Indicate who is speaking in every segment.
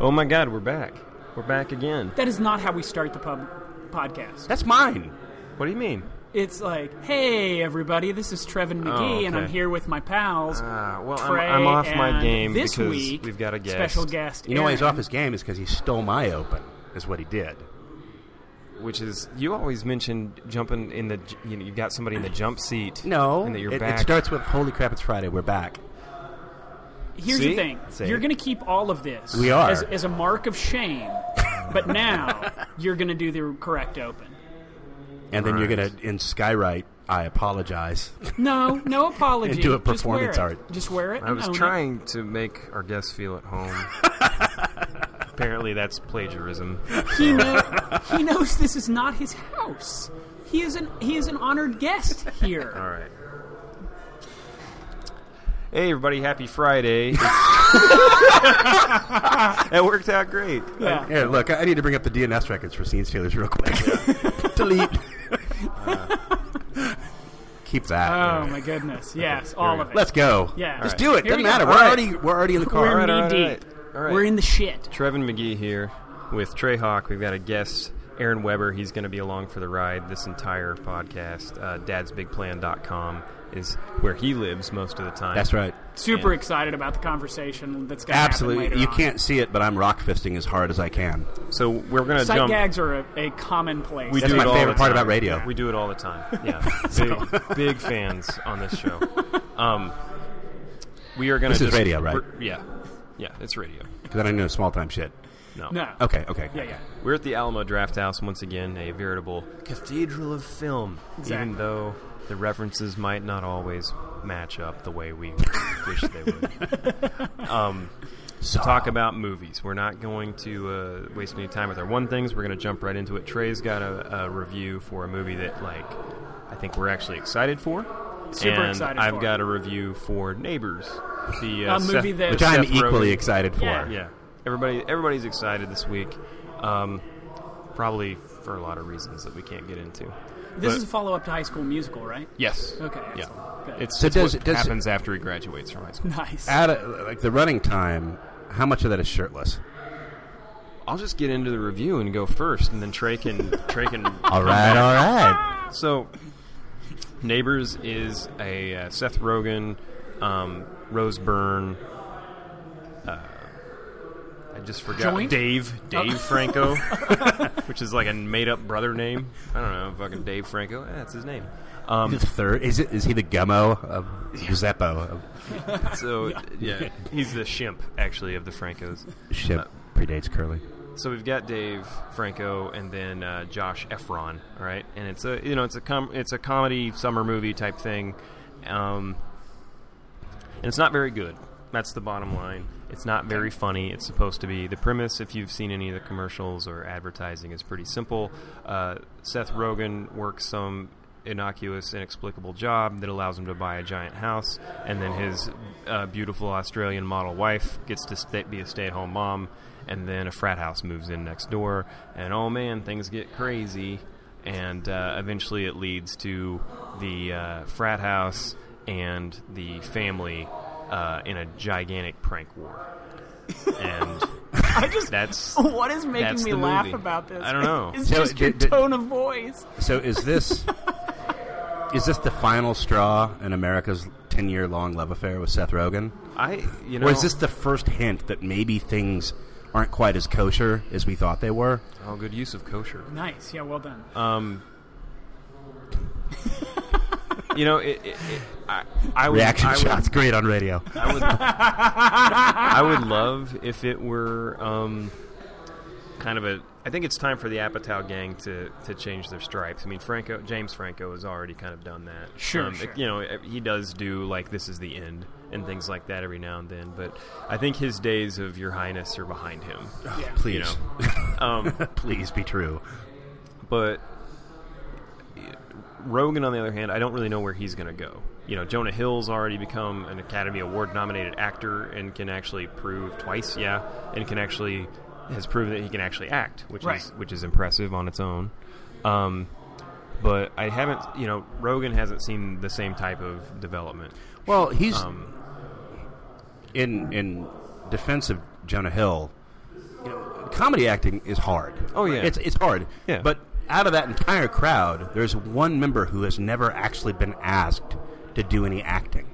Speaker 1: Oh my God, we're back. We're back again.
Speaker 2: That is not how we start the pub podcast.
Speaker 3: That's mine.
Speaker 1: What do you mean?
Speaker 2: It's like, hey everybody, this is Trevin McGee,
Speaker 1: Oh,
Speaker 2: and
Speaker 1: okay.
Speaker 2: I'm here with my pals.
Speaker 1: Uh, well, I'm,
Speaker 2: Trey
Speaker 1: I'm off my
Speaker 2: and
Speaker 1: game
Speaker 2: this
Speaker 1: because
Speaker 2: week,
Speaker 1: we've got a guest.
Speaker 2: special guest.
Speaker 3: You know why he's
Speaker 2: Aaron.
Speaker 3: off his game is because he stole my open. Is what he did.
Speaker 1: which is you always mention jumping in the. j- You know, you've got somebody in the jump seat.
Speaker 3: No,
Speaker 1: and that you're
Speaker 3: it,
Speaker 1: back.
Speaker 3: it starts with "Holy crap, it's Friday, we're back."
Speaker 2: Here's
Speaker 1: See?
Speaker 2: the thing:
Speaker 3: See?
Speaker 2: you're going to keep all of this.
Speaker 3: We are.
Speaker 2: as, as a mark of shame, but now you're going to do the correct open.
Speaker 3: And then you're
Speaker 1: Right.
Speaker 3: gonna in skywrite. I apologize.
Speaker 2: No, no apology.
Speaker 3: And do a
Speaker 2: Just wear
Speaker 3: performance
Speaker 2: it.
Speaker 3: art.
Speaker 2: Just wear it.
Speaker 1: I
Speaker 2: and
Speaker 1: was
Speaker 2: own it.
Speaker 1: trying to make our guests feel at home. Apparently, that's plagiarism.
Speaker 2: He, know, he knows this is not his house. He is an he is an honored guest here.
Speaker 1: All right. Hey, everybody! Happy Friday. that worked out great.
Speaker 2: Yeah.
Speaker 3: Here, look, I I need to bring up the DNS records for Scenes Taylor's real quick. Delete. Keep that.
Speaker 2: Uh. Oh my goodness! Yes, all of it.
Speaker 3: Let's go.
Speaker 2: Yeah.
Speaker 3: Let's
Speaker 2: Alright.
Speaker 3: do it.
Speaker 2: Here we
Speaker 3: Doesn't
Speaker 2: go.
Speaker 3: matter. We're
Speaker 1: Alright.
Speaker 3: already we're already in the car.
Speaker 2: We're
Speaker 1: All right, all
Speaker 2: knee
Speaker 1: right, all
Speaker 2: deep.
Speaker 1: right. All right.
Speaker 2: We're in the shit.
Speaker 1: Trevin McGee here with Trey Hawk. We've got a guest, Aaron Weber. He's going to be along for the ride this entire podcast. Uh, dadsbigplan.com is where he lives most of the time.
Speaker 3: That's right.
Speaker 2: Super excited about the conversation that's going to
Speaker 3: Absolutely. You can't see it, but I'm rock fisting as hard as I can.
Speaker 1: So we're going to
Speaker 2: Sight
Speaker 1: jump.
Speaker 2: gags are a, a commonplace.
Speaker 1: We
Speaker 3: That's
Speaker 1: do
Speaker 3: my
Speaker 1: it all
Speaker 3: favorite
Speaker 1: the
Speaker 3: part
Speaker 1: time.
Speaker 3: about radio.
Speaker 1: We do it all the time. Yeah, big, big fans on this show. Um, we are going to.
Speaker 3: This is radio, right?
Speaker 1: Yeah, yeah, it's radio.
Speaker 3: Because I don't know small time shit.
Speaker 2: No.
Speaker 3: Okay, okay.
Speaker 2: Yeah, yeah.
Speaker 1: We're at the Alamo Draft House once again, a veritable cathedral of film.
Speaker 2: Exactly.
Speaker 1: Even though the references might not always match up the way we wish they would. Um,
Speaker 3: So-
Speaker 1: Talk about movies. We're not going to uh, waste any time with our one things. We're going to jump right into it. Trey's got a, a review for a movie that, like, I think we're actually excited for.
Speaker 2: Super
Speaker 1: and
Speaker 2: excited
Speaker 1: I've
Speaker 2: for.
Speaker 1: got a review for Neighbors, the uh,
Speaker 2: A movie
Speaker 1: Seth-
Speaker 2: that-
Speaker 3: which I'm
Speaker 1: Seth
Speaker 3: equally
Speaker 1: Rogen-
Speaker 3: excited for.
Speaker 2: Yeah.
Speaker 1: Yeah, everybody, everybody's excited this week. Um, probably for a lot of reasons that we can't get into.
Speaker 2: This
Speaker 1: But-
Speaker 2: is a follow up to High School Musical, right?
Speaker 1: Yes.
Speaker 2: Okay,
Speaker 1: Yeah.
Speaker 2: excellent. Good.
Speaker 1: It's,
Speaker 3: So
Speaker 1: it's
Speaker 3: does-
Speaker 1: what
Speaker 3: does-
Speaker 1: happens after he graduates from high school.
Speaker 2: Nice.
Speaker 3: Out of, like the running time, how much of that is shirtless?
Speaker 1: I'll just get into the review and go first, and then Trey can Trey can.
Speaker 3: All right, all right.
Speaker 1: So, Neighbors is a uh, Seth Rogen, um, Rose Byrne. Uh, I just forgot
Speaker 2: Joint?
Speaker 1: Dave Dave Franco, which is like a made up brother name. I don't know, fucking Dave Franco. Eh, that's his name. Um,
Speaker 3: The third is it? Is he the gummo of Zeppo of
Speaker 1: so yeah, he's the shimp actually of the Francos.
Speaker 3: ship predates Curly?
Speaker 1: So we've got Dave Franco and then uh, Josh Efron, all right? And it's a you know it's a com- it's a comedy summer movie type thing, um, and it's not very good. That's the bottom line. It's not very funny. It's supposed to be the premise. If you've seen any of the commercials or advertising, is pretty simple. Uh, Seth Rogen works some innocuous, inexplicable job that allows him to buy a giant house, and then his uh, beautiful Australian model wife gets to sta be a stay-at-home mom, and then a frat house moves in next door, and oh man, things get crazy, and uh, eventually it leads to the uh, frat house and the family uh, in a gigantic prank war, and
Speaker 2: I just
Speaker 1: that's
Speaker 2: what is making
Speaker 1: that's
Speaker 2: me
Speaker 1: the
Speaker 2: laugh
Speaker 1: movie.
Speaker 2: about this?
Speaker 1: I don't know.
Speaker 2: It's
Speaker 3: So,
Speaker 2: just your
Speaker 3: did- did-
Speaker 2: tone of voice.
Speaker 3: So is this is this the final straw in America's ten year long love affair with Seth Rogen,
Speaker 1: I you know
Speaker 3: or is this the first hint that maybe things aren't quite as kosher as we thought they were?
Speaker 1: oh good use of kosher.
Speaker 2: Nice. Yeah. Well done.
Speaker 1: Um, you know, it, it, it, I, I would,
Speaker 3: Reaction
Speaker 1: I would,
Speaker 3: shots, great on radio.
Speaker 1: I would, I would love if it were um, kind of a. I think it's time for the Apatow gang to, to change their stripes. I mean, Franco, James Franco has already kind of done that.
Speaker 2: Sure,
Speaker 1: Um,
Speaker 2: sure.
Speaker 1: You know, he does do like this is the end and things like that every now and then. But I think his days of Your Highness are behind him.
Speaker 2: yeah.
Speaker 3: Please,
Speaker 1: You know, um,
Speaker 3: please be true.
Speaker 1: but Rogan, on the other hand, I don't really know where he's going to go. You know, Jonah Hill's already become an Academy Award nominated actor and can actually prove twice, yeah, and can actually has proven that he can actually act, which
Speaker 2: Right.
Speaker 1: is which is impressive on its own. Um, but I haven't, you know, Rogan hasn't seen the same type of development.
Speaker 3: Well, he's
Speaker 1: Um,
Speaker 3: in in defense of Jonah Hill, comedy acting is hard.
Speaker 1: Oh, yeah.
Speaker 3: it's it's hard.
Speaker 1: Yeah.
Speaker 3: But out of that entire crowd, there's one member who has never actually been asked to do any acting,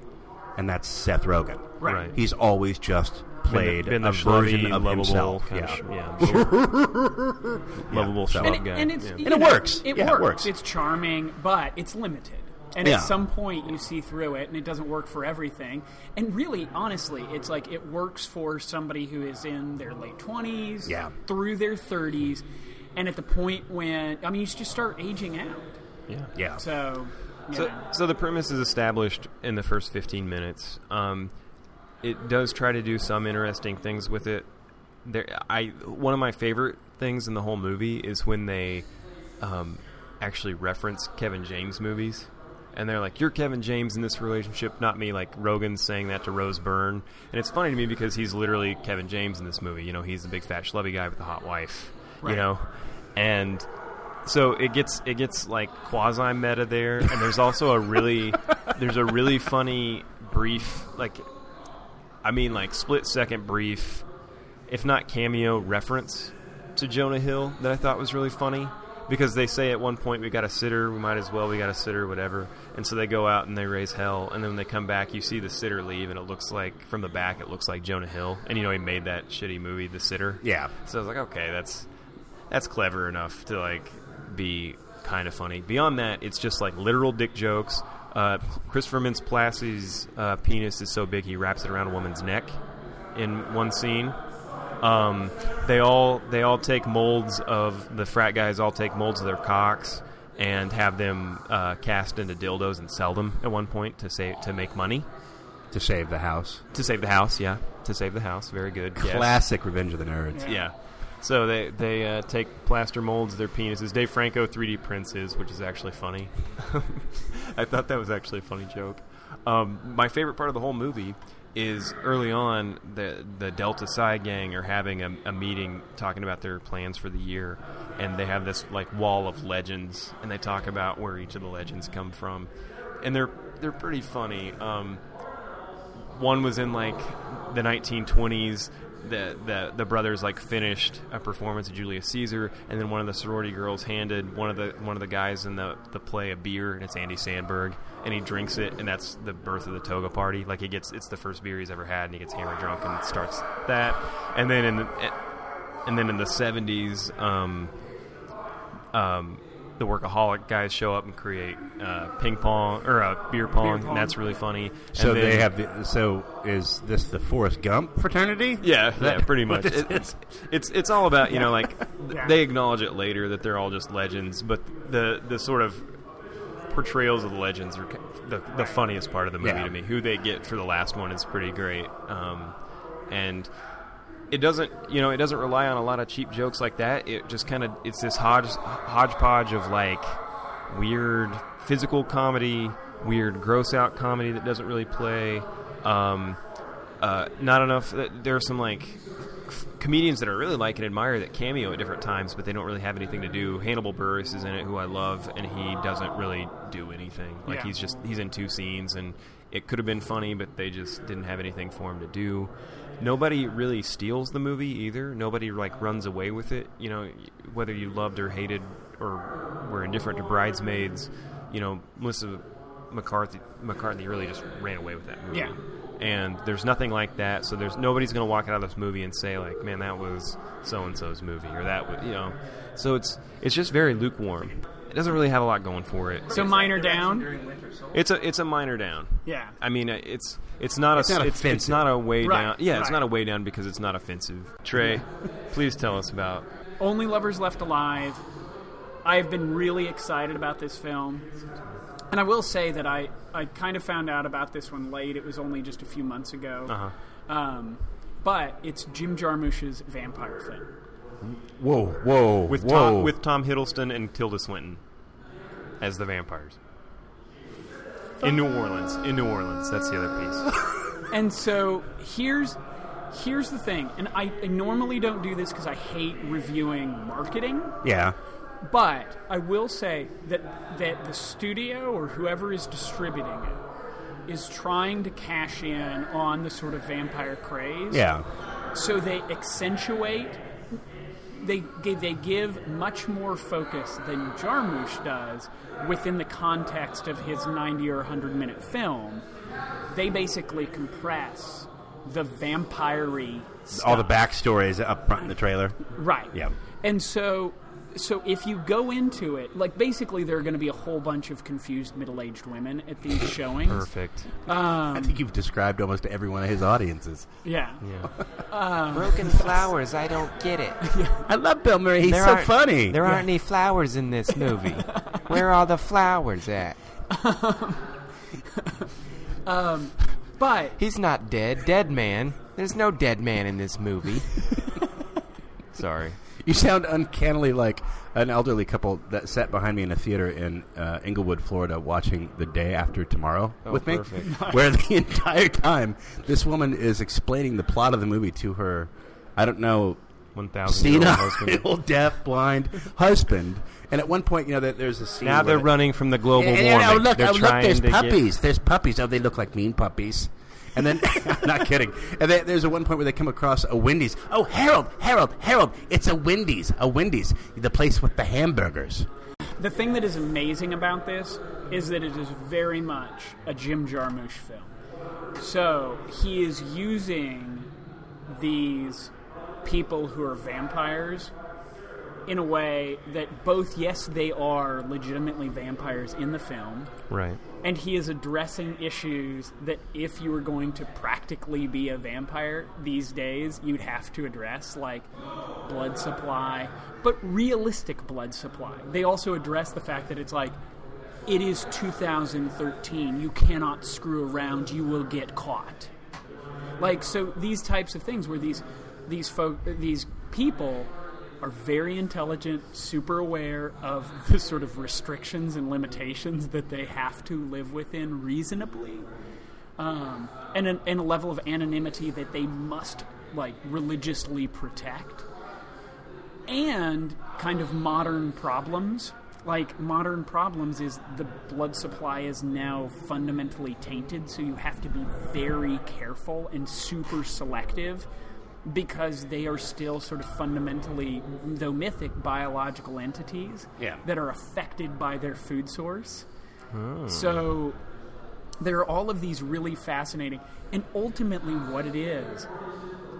Speaker 3: and that's Seth Rogen.
Speaker 2: Right.
Speaker 1: Right.
Speaker 3: He's always just played
Speaker 1: been the,
Speaker 3: a
Speaker 1: been the
Speaker 3: version
Speaker 1: schlubby,
Speaker 3: of
Speaker 1: lovable
Speaker 3: himself.
Speaker 1: Kind
Speaker 3: yeah.
Speaker 1: Of, sh- yeah, I'm sure. lovable
Speaker 3: so-
Speaker 1: schlub
Speaker 3: And
Speaker 2: and,
Speaker 1: guy.
Speaker 2: and it's
Speaker 1: yeah.
Speaker 2: you
Speaker 3: And it
Speaker 2: know,
Speaker 3: works.
Speaker 2: It,
Speaker 3: Yeah, it
Speaker 2: works.
Speaker 3: works.
Speaker 2: It's charming, but it's limited. And
Speaker 3: Yeah.
Speaker 2: at some point, you see through it, and it doesn't work for everything. And really, honestly, it's like it works for somebody who is in their late twenties,
Speaker 3: Yeah.
Speaker 2: through their thirties, and at the point when I mean, you just start aging out.
Speaker 1: yeah.
Speaker 3: Yeah.
Speaker 2: So, you
Speaker 1: So,
Speaker 2: know.
Speaker 1: so the premise is established in the first 15 minutes. Um, it does try to do some interesting things with it. There, I one of my favorite things in the whole movie is when they um, actually reference Kevin James movies, and they're like, "You're Kevin James in this relationship, not me." Like Rogan's saying that to Rose Byrne, and it's funny to me because he's literally Kevin James in this movie. You know, he's the big fat schlubby guy with the hot wife.
Speaker 2: Right.
Speaker 1: You know, and so it gets it gets like quasi meta there, and there's also a really there's a really funny brief like I mean like split second brief, if not cameo reference to Jonah Hill that I thought was really funny because they say at one point we got a sitter, we might as well we got a sitter, whatever, and so they go out and they raise hell, and then when they come back, you see the sitter leave, and it looks like from the back it looks like Jonah Hill, and you know he made that shitty movie, The Sitter,
Speaker 3: yeah.
Speaker 1: so I was like, okay, that's that's clever enough to like be kind of funny. Beyond that, it's just like literal dick jokes. Uh, Christopher Mintz Plassey's uh, penis is so big he wraps it around a woman's neck in one scene. Um, they all they all take molds of the frat guys. All take molds of their cocks and have them uh, cast into dildos and sell them at one point to save to make money
Speaker 3: To save the house.
Speaker 1: to save the house. Yeah, to save the house. Very good. yes.
Speaker 3: Classic Revenge of the Nerds.
Speaker 2: Yeah.
Speaker 1: Yeah. So they they uh, take plaster molds of their penises. Dave Franco 3D prints his, which is actually funny. I thought that was actually a funny joke. Um, my favorite part of the whole movie is early on the the Delta Psi gang are having a, a meeting talking about their plans for the year, and they have this like wall of legends, and they talk about where each of the legends come from, and they're they're pretty funny. Um, one was in like the 1920s. The, the the brothers like finished a performance of Julius Caesar, and then one of the sorority girls handed one of the one of the guys in the, the play a beer, and it's Andy Sandberg, and he drinks it, and that's the birth of the toga party. Like he gets it's the first beer he's ever had, and he gets hammered drunk and starts that, and then in the, eh, and then in the 70s, um, um, the workaholic guys show up and create uh, ping pong or uh, beer pong,
Speaker 2: pong.
Speaker 1: and that's really funny.
Speaker 3: So
Speaker 1: And then-
Speaker 3: they have. The, so is this the Forrest Gump fraternity?
Speaker 1: yeah, yeah,
Speaker 3: That-
Speaker 1: pretty much.
Speaker 3: what this
Speaker 1: It-
Speaker 3: is?
Speaker 1: it's, it's it's all about you know like
Speaker 2: Yeah.
Speaker 1: they acknowledge it later that they're all just legends, but the the sort of portrayals of the legends are ki- the the funniest part of the movie
Speaker 3: Yeah.
Speaker 1: to me. Who they get for the last one is pretty great, um, and it doesn't you know it doesn't rely on a lot of cheap jokes like that. It just kind of it's this hodge, hodgepodge of like weird physical comedy, weird gross out comedy that doesn't really play. Um, uh, not enough. There are some like f- comedians that I really like and admire that cameo at different times, but they don't really have anything to do. Hannibal Burris is in it, who I love, and he doesn't really do anything. Like
Speaker 2: Yeah.
Speaker 1: he's just he's in two scenes, and it could have been funny, but they just didn't have anything for him to do. Nobody really steals the movie either. Nobody like runs away with it. You know, whether you loved or hated or were indifferent to Bridesmaids, you know, Melissa McCarthy McCarthy really just ran away with that movie
Speaker 2: Yeah.
Speaker 1: and there's nothing like that. So there's nobody's going to walk out of this movie and say like, "Man, that was so and so's movie," or that was you know. So it's it's just very lukewarm. It doesn't really have a lot going for it.
Speaker 2: so minor down.
Speaker 1: It's a it's a minor down.
Speaker 2: Yeah.
Speaker 1: I mean, uh, it's it's not
Speaker 3: It's
Speaker 1: a
Speaker 3: not
Speaker 1: it's, it's
Speaker 3: offensive.
Speaker 1: not a way
Speaker 2: Right,
Speaker 1: down. Yeah, it's
Speaker 2: right.
Speaker 1: not a way down because it's not offensive. Trey, please tell us about.
Speaker 2: Only Lovers Left Alive. I have been really excited about this film. And I will say that I, I kind of found out about this one late. It was only just a few months ago.
Speaker 1: Uh-huh.
Speaker 2: Um, but it's Jim Jarmusch's vampire thing.
Speaker 3: Whoa, whoa,
Speaker 1: With
Speaker 3: whoa.
Speaker 1: Tom, with Tom Hiddleston and Tilda Swinton as the vampires in New Orleans. In New Orleans, that's the other piece.
Speaker 2: And so here's here's the thing. And I, I normally don't do this because I hate reviewing marketing.
Speaker 3: yeah,
Speaker 2: But I will say that that the studio or whoever is distributing it is trying to cash in on the sort of vampire craze.
Speaker 3: yeah,
Speaker 2: So they accentuate they give, they give much more focus than Jarmusch does within the context of his 90 or 100 minute film. They basically compress the vampire stuff.
Speaker 3: All the backstories up front in the trailer.
Speaker 2: Right.
Speaker 3: Yeah.
Speaker 2: And so so if you go into it, like basically there are going to be a whole bunch of confused middle-aged women at these showings.
Speaker 1: Perfect.
Speaker 4: Um,
Speaker 3: I think you've described almost every one of his audiences.
Speaker 2: Yeah.
Speaker 1: Yeah.
Speaker 4: Broken flowers, I don't get it.
Speaker 3: I love Bill Murray. He's so
Speaker 4: aren't-
Speaker 3: funny.
Speaker 4: There aren't any flowers in this movie. Where are all the flowers at?
Speaker 2: But
Speaker 4: He's not dead. Dead man. There's no dead man in this movie.
Speaker 1: Sorry.
Speaker 3: You sound uncannily like an elderly couple that sat behind me in a theater in uh, Inglewood, Florida, watching The Day After Tomorrow with me,
Speaker 1: Oh, perfect.
Speaker 3: where the entire time this woman is explaining the plot of the movie to her, I don't know,
Speaker 1: One thousand year old husband.
Speaker 3: senile, deaf, blind husband. And at one point, you know, there- there's a scene.
Speaker 1: Now
Speaker 3: where
Speaker 1: they're
Speaker 3: they-
Speaker 1: running from the global
Speaker 3: and,
Speaker 1: warming.
Speaker 3: and, oh, look,
Speaker 1: they're
Speaker 3: oh, look,
Speaker 1: trying
Speaker 3: there's
Speaker 1: to get-
Speaker 3: puppies. There's puppies. Oh, they look like mean puppies. And then, I'm not kidding. And then there's a one point where they come across a Wendy's. Oh, Harold, Harold, Harold! It's a Wendy's, a Wendy's, the place with the hamburgers.
Speaker 2: the thing that is amazing about this is that it is very much a Jim Jarmusch film. So he is using these people who are vampires in a way that both, yes, they are legitimately vampires in the film,
Speaker 1: right.
Speaker 2: and he is addressing issues that if you were going to practically be a vampire these days you'd have to address like blood supply but realistic blood supply they also address the fact that it's like it is 2013 you cannot screw around you will get caught like so these types of things where these these folk these people are very intelligent super aware of the sort of restrictions and limitations that they have to live within reasonably um, and, an, and a level of anonymity that they must like religiously protect and kind of modern problems like modern problems is the blood supply is now fundamentally tainted so you have to be very careful and super selective because they are still sort of fundamentally though mythic biological entities
Speaker 3: Yeah.
Speaker 2: that are affected by their food source so there are all of these really fascinating and ultimately what it is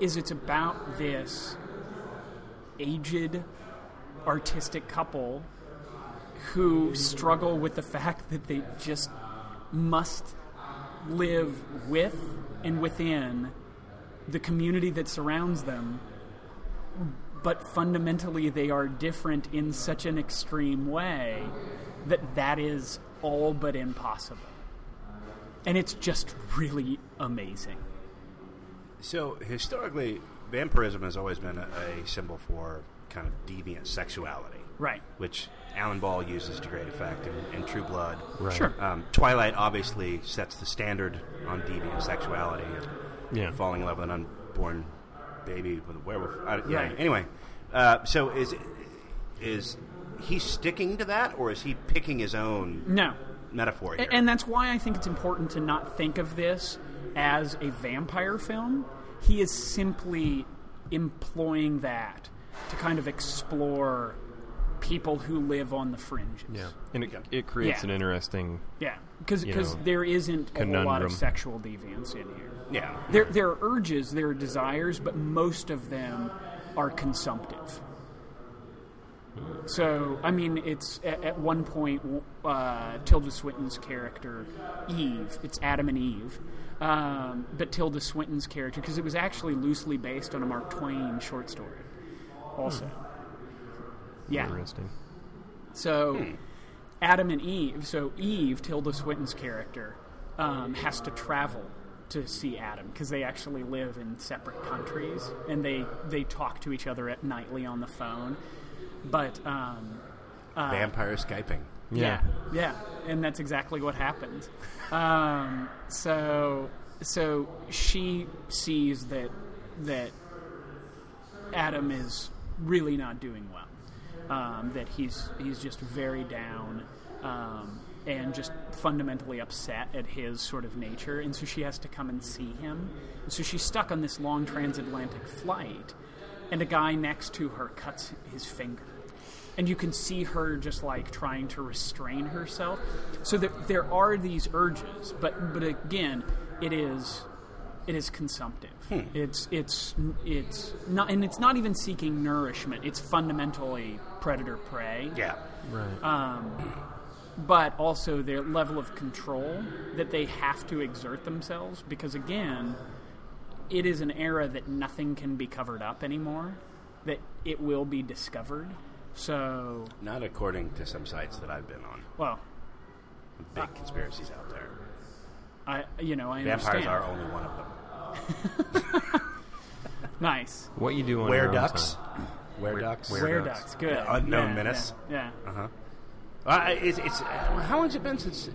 Speaker 2: is it's about this aged artistic couple who struggle with the fact that they just must live with and within the community that surrounds them but fundamentally they are different in such an extreme way that that is all but impossible and it's just really amazing
Speaker 3: So historically, vampirism has always been a, a symbol for kind of deviant sexuality,
Speaker 2: right
Speaker 3: which Alan Ball uses to great effect in, in True Blood.
Speaker 1: Right. Uh,
Speaker 2: sure
Speaker 3: Um, Twilight obviously sets the standard on deviant sexuality.
Speaker 1: Yeah.
Speaker 3: falling in love with an unborn baby with a werewolf. I, yeah.
Speaker 2: Right.
Speaker 3: Anyway, uh, so is is he sticking to that, or is he picking his own
Speaker 2: no
Speaker 3: metaphor here?
Speaker 2: A- And that's why I think it's important to not think of this as a vampire film. He is simply employing that to kind of explore people who live on the fringes.
Speaker 1: Yeah. And it, it creates
Speaker 2: Yeah.
Speaker 1: an interesting.
Speaker 2: Yeah, because
Speaker 1: You know,
Speaker 2: there isn't a whole lot
Speaker 1: conundrum.
Speaker 2: of sexual deviance in here.
Speaker 3: yeah.
Speaker 2: There, there are urges, there are desires, but most of them are consumptive. So, I mean, it's at, at one point, w- uh, Tilda Swinton's character, Eve, it's Adam and Eve, um, but Tilda Swinton's character, because it was actually loosely based on a Mark Twain short story, also. Yeah.
Speaker 1: Interesting.
Speaker 2: So, Adam and Eve. So Eve, Tilda Swinton's character, um, has to travel to see Adam because they actually live in separate countries and they they talk to each other at nightly on the phone. But um,
Speaker 3: Vampire skyping.
Speaker 2: yeah. yeah, and that's exactly what happens. Um, so, so she sees that that Adam is really not doing well. Um, that he's he's just very down um, and just fundamentally upset at his sort of nature, and so she has to come and see him. And so she's stuck on this long transatlantic flight, and a guy next to her cuts his finger. And you can see her just like trying to restrain herself. So there, there are these urges, but but again, it is it is consumptive.
Speaker 3: Hmm.
Speaker 2: It's it's it's not, and it's not even seeking nourishment. It's fundamentally predator prey
Speaker 3: Yeah.
Speaker 1: Right.
Speaker 2: but also their level of control that they have to exert themselves because again it is an era that nothing can be covered up anymore that it will be discovered so
Speaker 3: Not according to some sites that I've been on.
Speaker 2: well
Speaker 3: Big conspiracies out there.
Speaker 2: i you know Uh, i
Speaker 3: Vampires
Speaker 2: understand
Speaker 3: are only one of them.
Speaker 2: nice
Speaker 1: what you do on
Speaker 3: Were
Speaker 1: your own
Speaker 3: ducks.
Speaker 1: time.
Speaker 3: Were ducks.
Speaker 1: were-
Speaker 2: where
Speaker 1: ducks.
Speaker 2: ducks good
Speaker 3: Yeah, unknown
Speaker 2: Yeah,
Speaker 3: menace.
Speaker 2: yeah, yeah.
Speaker 3: Uh-huh. Uh, it's, it's, uh, how long's it been since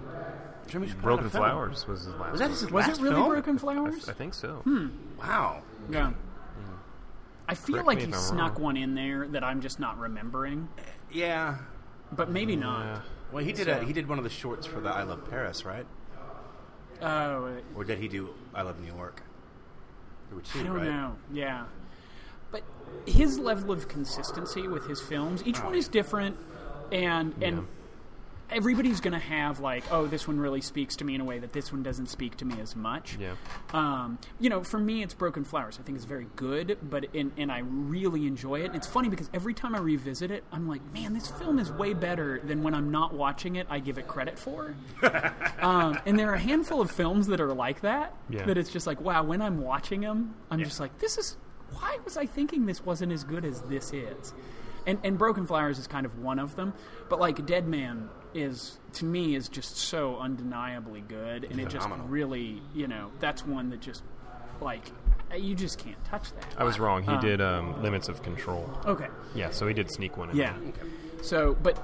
Speaker 3: Jimmy's put out
Speaker 1: Broken
Speaker 3: a film?
Speaker 1: Flowers was his last.
Speaker 3: Was that
Speaker 1: one.
Speaker 3: his
Speaker 2: was
Speaker 3: last
Speaker 2: it really
Speaker 3: film?
Speaker 2: broken
Speaker 1: I,
Speaker 2: flowers
Speaker 1: th- I think so.
Speaker 3: Wow.
Speaker 2: yeah I feel
Speaker 1: Correct
Speaker 2: like
Speaker 1: me
Speaker 2: he
Speaker 1: if I'm
Speaker 2: snuck
Speaker 1: wrong.
Speaker 2: one in there that I'm just not remembering,
Speaker 3: Yeah.
Speaker 2: but maybe not.
Speaker 3: Well, he did a, he did one of the shorts for the I Love Paris, right?
Speaker 2: Oh,
Speaker 3: Or did he do I Love New York? There were two,
Speaker 2: I don't
Speaker 3: right?
Speaker 2: know. Yeah. But his level of consistency with his films,
Speaker 1: Oh,
Speaker 2: each one is different and and everybody's going to have like, oh, this one really speaks to me in a way that this one doesn't speak to me as much.
Speaker 1: Yeah.
Speaker 2: Um, you know, for me it's Broken Flowers. I think it's very good, but and, and I really enjoy it. And it's funny because every time I revisit it, I'm like, man, this film is way better than when I'm not watching it, I give it credit for. Um, and there are a handful of films that are like that.
Speaker 1: Yeah.
Speaker 2: That it's just like, wow, when I'm watching them, I'm just like, this is. Why was I thinking this wasn't as good as this is? And and Broken Flowers is kind of one of them, but like Dead Man is to me is just so undeniably good, and it
Speaker 3: Phenomenal.
Speaker 2: just really you know that's one that just like you just can't touch that.
Speaker 1: I was wrong. He did um, Limits of Control.
Speaker 2: Okay,
Speaker 1: Yeah, so he did sneak one in.
Speaker 2: yeah.
Speaker 1: there.
Speaker 2: So, but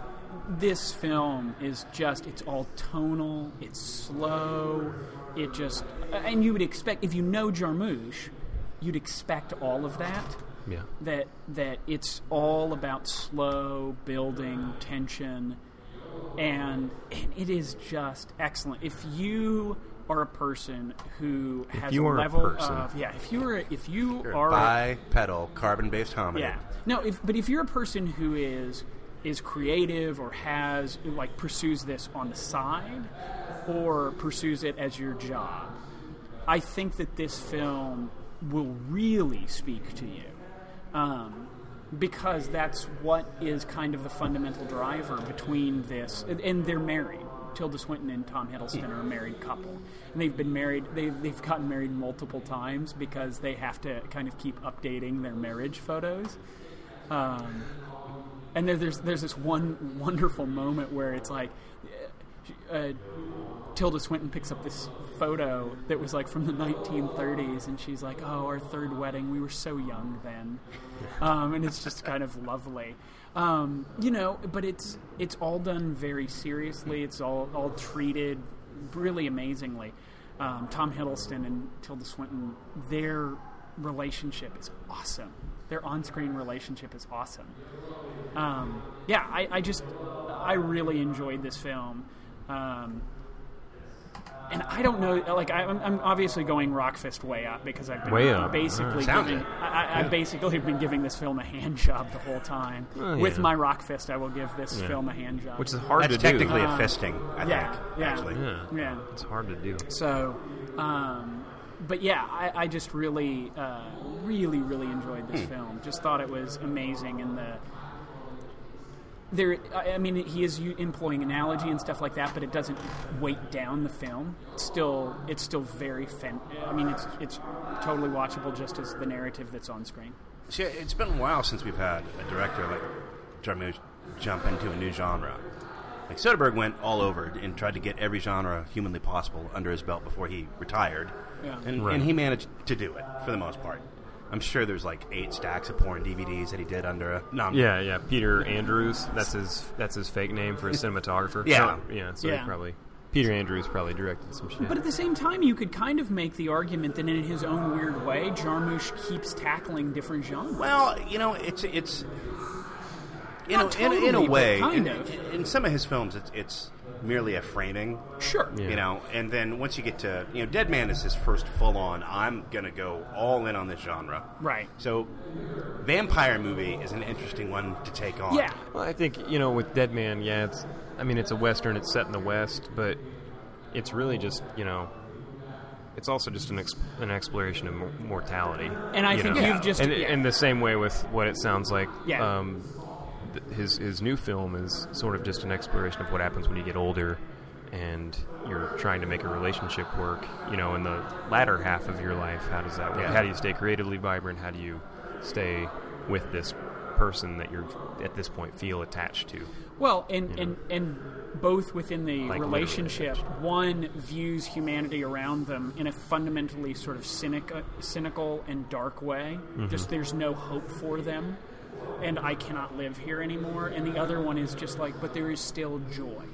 Speaker 2: this film is just, it's all tonal, it's slow, it just, and you would expect, if you know Jarmusch, you'd expect all of that.
Speaker 1: Yeah.
Speaker 2: That, that it's all about slow building tension, and, and it is just excellent. If you are a person who has
Speaker 1: you
Speaker 2: a
Speaker 1: are a
Speaker 2: level
Speaker 1: person.
Speaker 2: of yeah, if you are if you
Speaker 3: You're a
Speaker 2: are
Speaker 3: Bipedal, carbon-based hominy.
Speaker 2: yeah. No, if, but if you're a person who is is creative or has like pursues this on the side or pursues it as your job, I think that this film will really speak to you. Um, because that's what is kind of the fundamental driver between this, and- and they're married. Tilda Swinton and Tom Hiddleston are a married couple, and they've been married. They've they've gotten married multiple times because they have to kind of keep updating their marriage photos. Um, and there, there's there's this one wonderful moment where it's like. Uh, Tilda Swinton picks up this photo that was like from the 1930s, and she's like, "Oh, our third wedding. We were so young then," um, and it's just kind of lovely, um, you know. But it's it's all done very seriously. It's all all treated really amazingly. Um, Tom Hiddleston and Tilda Swinton, their relationship is awesome. Their on-screen relationship is awesome um, yeah, I, I just I really enjoyed this film, um, and I don't know. Like I, I'm, I'm obviously going Rockfist way up because I've been
Speaker 1: Way up.
Speaker 2: basically
Speaker 3: Sounds
Speaker 2: giving,
Speaker 3: it.
Speaker 2: I, I- I've basically have been giving this film a hand job the whole time.
Speaker 1: Well,
Speaker 2: With
Speaker 1: Oh, yeah.
Speaker 2: my Rockfist, I will give this
Speaker 1: Yeah.
Speaker 2: film a hand job.
Speaker 1: Which is hard
Speaker 3: That's
Speaker 1: to
Speaker 3: technically
Speaker 1: do.
Speaker 3: a fisting, I
Speaker 2: Uh, yeah,
Speaker 3: think.
Speaker 2: yeah.
Speaker 3: Actually.
Speaker 1: Yeah.
Speaker 2: yeah.
Speaker 1: It's hard to do.
Speaker 2: So, um, but yeah, I, I just really, uh, really, really enjoyed
Speaker 1: Hmm.
Speaker 2: this film. Just thought it was amazing, and the there. I, I mean, he is u- employing analogy and stuff like that, but it doesn't weight down the film. It's still, it's still very. Fin- I mean, it's it's totally watchable just as the narrative that's on screen.
Speaker 3: See, it's been a while since we've had a director like Jarmusch jump into a new genre. Like Soderbergh went all over and tried to get every genre humanly possible under his belt before he retired,
Speaker 2: Yeah.
Speaker 3: and,
Speaker 1: Right.
Speaker 3: and he managed to do it for the most part. I'm sure there's like eight stacks of porn DVDs that he did under a no, I'm-
Speaker 1: Yeah, yeah. Peter Andrews. That's his. That's his fake name for a cinematographer.
Speaker 3: Yeah.
Speaker 1: So, yeah. So
Speaker 2: Yeah.
Speaker 1: he probably Peter Andrews probably directed some shit.
Speaker 2: But at the same time, you could kind of make the argument that in his own weird way, Jarmusch keeps tackling different genres.
Speaker 3: Well, you know, it's it's in a,
Speaker 2: Not
Speaker 3: in, a- in a
Speaker 2: totally, but
Speaker 3: way,
Speaker 2: kind
Speaker 3: in,
Speaker 2: of.
Speaker 3: in some of his films, it's it's merely a framing.
Speaker 2: Sure.
Speaker 1: Yeah.
Speaker 3: You know, and then once you get to you know, Dead Man is his first full on. I'm gonna go all in on this genre.
Speaker 2: Right.
Speaker 3: So, vampire movie is an interesting one to take on.
Speaker 2: Yeah.
Speaker 1: Well, I think you know with Dead Man, yeah, it's. I mean, it's a western. It's set in the West, but it's really just you know. It's also just an, ex- an exploration of mor- mortality,
Speaker 2: And I
Speaker 1: you
Speaker 2: think
Speaker 1: know?
Speaker 2: you've just-
Speaker 1: and
Speaker 2: yeah.
Speaker 1: in the same way with what it sounds like.
Speaker 2: Yeah.
Speaker 1: Um, th- his his new film is sort of just an exploration of what happens when you get older, and you're trying to make a relationship work. You know, in the latter half of your life, how does that work?
Speaker 3: Yeah.
Speaker 1: How do you stay creatively vibrant? How do you stay with this person that you're at this point feel attached to?
Speaker 2: Well, and
Speaker 1: You know.
Speaker 2: and and both within the
Speaker 1: Like
Speaker 2: relationship, one views humanity around them in a fundamentally sort of cynic, uh, cynical and dark way.
Speaker 1: Mm-hmm.
Speaker 2: Just there's no hope for them, and I cannot live here anymore. And the other one is just like, but there is still joy.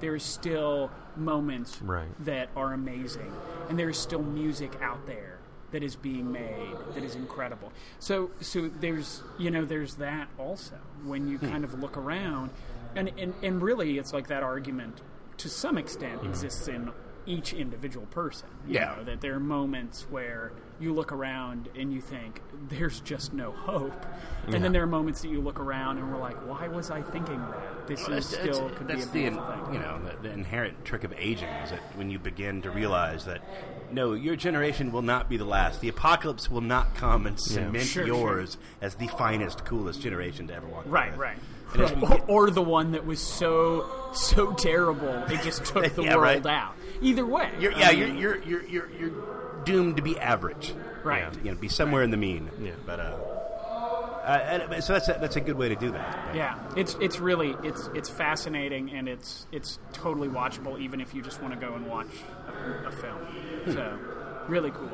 Speaker 2: There is still moments
Speaker 1: Right.
Speaker 2: that are amazing, and there is still music out there that is being made that is incredible. So, so there's you know there's that also when
Speaker 3: Hmm.
Speaker 2: you kind of look around, and and and really it's like that argument to some extent exists in each individual person. you
Speaker 3: Hmm. Yeah.
Speaker 2: know, that there are moments where you look around and you think there's just no hope, and
Speaker 1: Yeah.
Speaker 2: then there are moments that you look around and we're like, why was I thinking that? This
Speaker 3: Well,
Speaker 2: is
Speaker 3: that's, that's-
Speaker 2: still could
Speaker 3: that's
Speaker 2: be a
Speaker 3: the
Speaker 2: beautiful thing.
Speaker 3: you know the, the inherent trick of aging is that when you begin to realize that no, your generation will not be the last. The apocalypse will not come and cement
Speaker 2: Sure,
Speaker 3: yours as the finest, coolest generation to ever walk. the
Speaker 2: Right,
Speaker 3: earth.
Speaker 2: right.
Speaker 3: And as we
Speaker 2: Or,
Speaker 3: get-
Speaker 2: or the one that was so so terrible it just took the
Speaker 3: Yeah,
Speaker 2: world
Speaker 3: right.
Speaker 2: out. Either way, Uh,
Speaker 3: You're,
Speaker 2: I
Speaker 3: yeah,
Speaker 2: mean,
Speaker 3: you're, you're you're you're you're doomed to be average.
Speaker 2: right.
Speaker 1: yeah.
Speaker 3: You know, be somewhere in the mean.
Speaker 1: Yeah.
Speaker 3: But uh, uh and- but- so that's a, that's a good way to do that. But-
Speaker 2: Yeah, it's it's really it's it's fascinating and it's it's totally watchable even if you just want to go and watch a, a film. So really cool.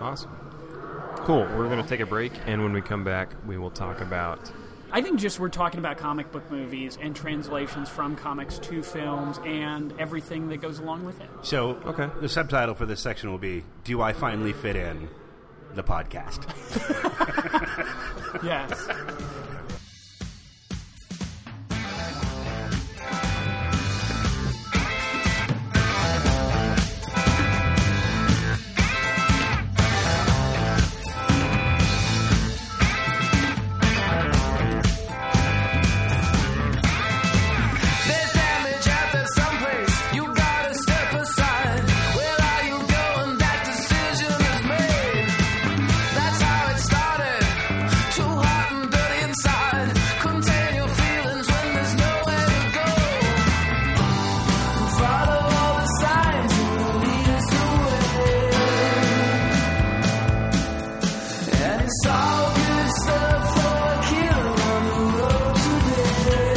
Speaker 1: Awesome. Cool. We're going to take a break, and when we come back, we will talk about.
Speaker 2: I think just we're talking about comic book movies and translations from comics to films and everything that goes along with it.
Speaker 3: So
Speaker 1: Okay.
Speaker 3: the subtitle for this section will be "Do I finally fit in the podcast?"
Speaker 2: Yes.
Speaker 5: There's damage out there someplace. You gotta step aside. Where are you going? That decision is made. That's how it started. Too hot and dirty inside. Contain your feelings when there's nowhere to go. Follow all the signs will lead us away. And it's all good stuff for a killer on the road today.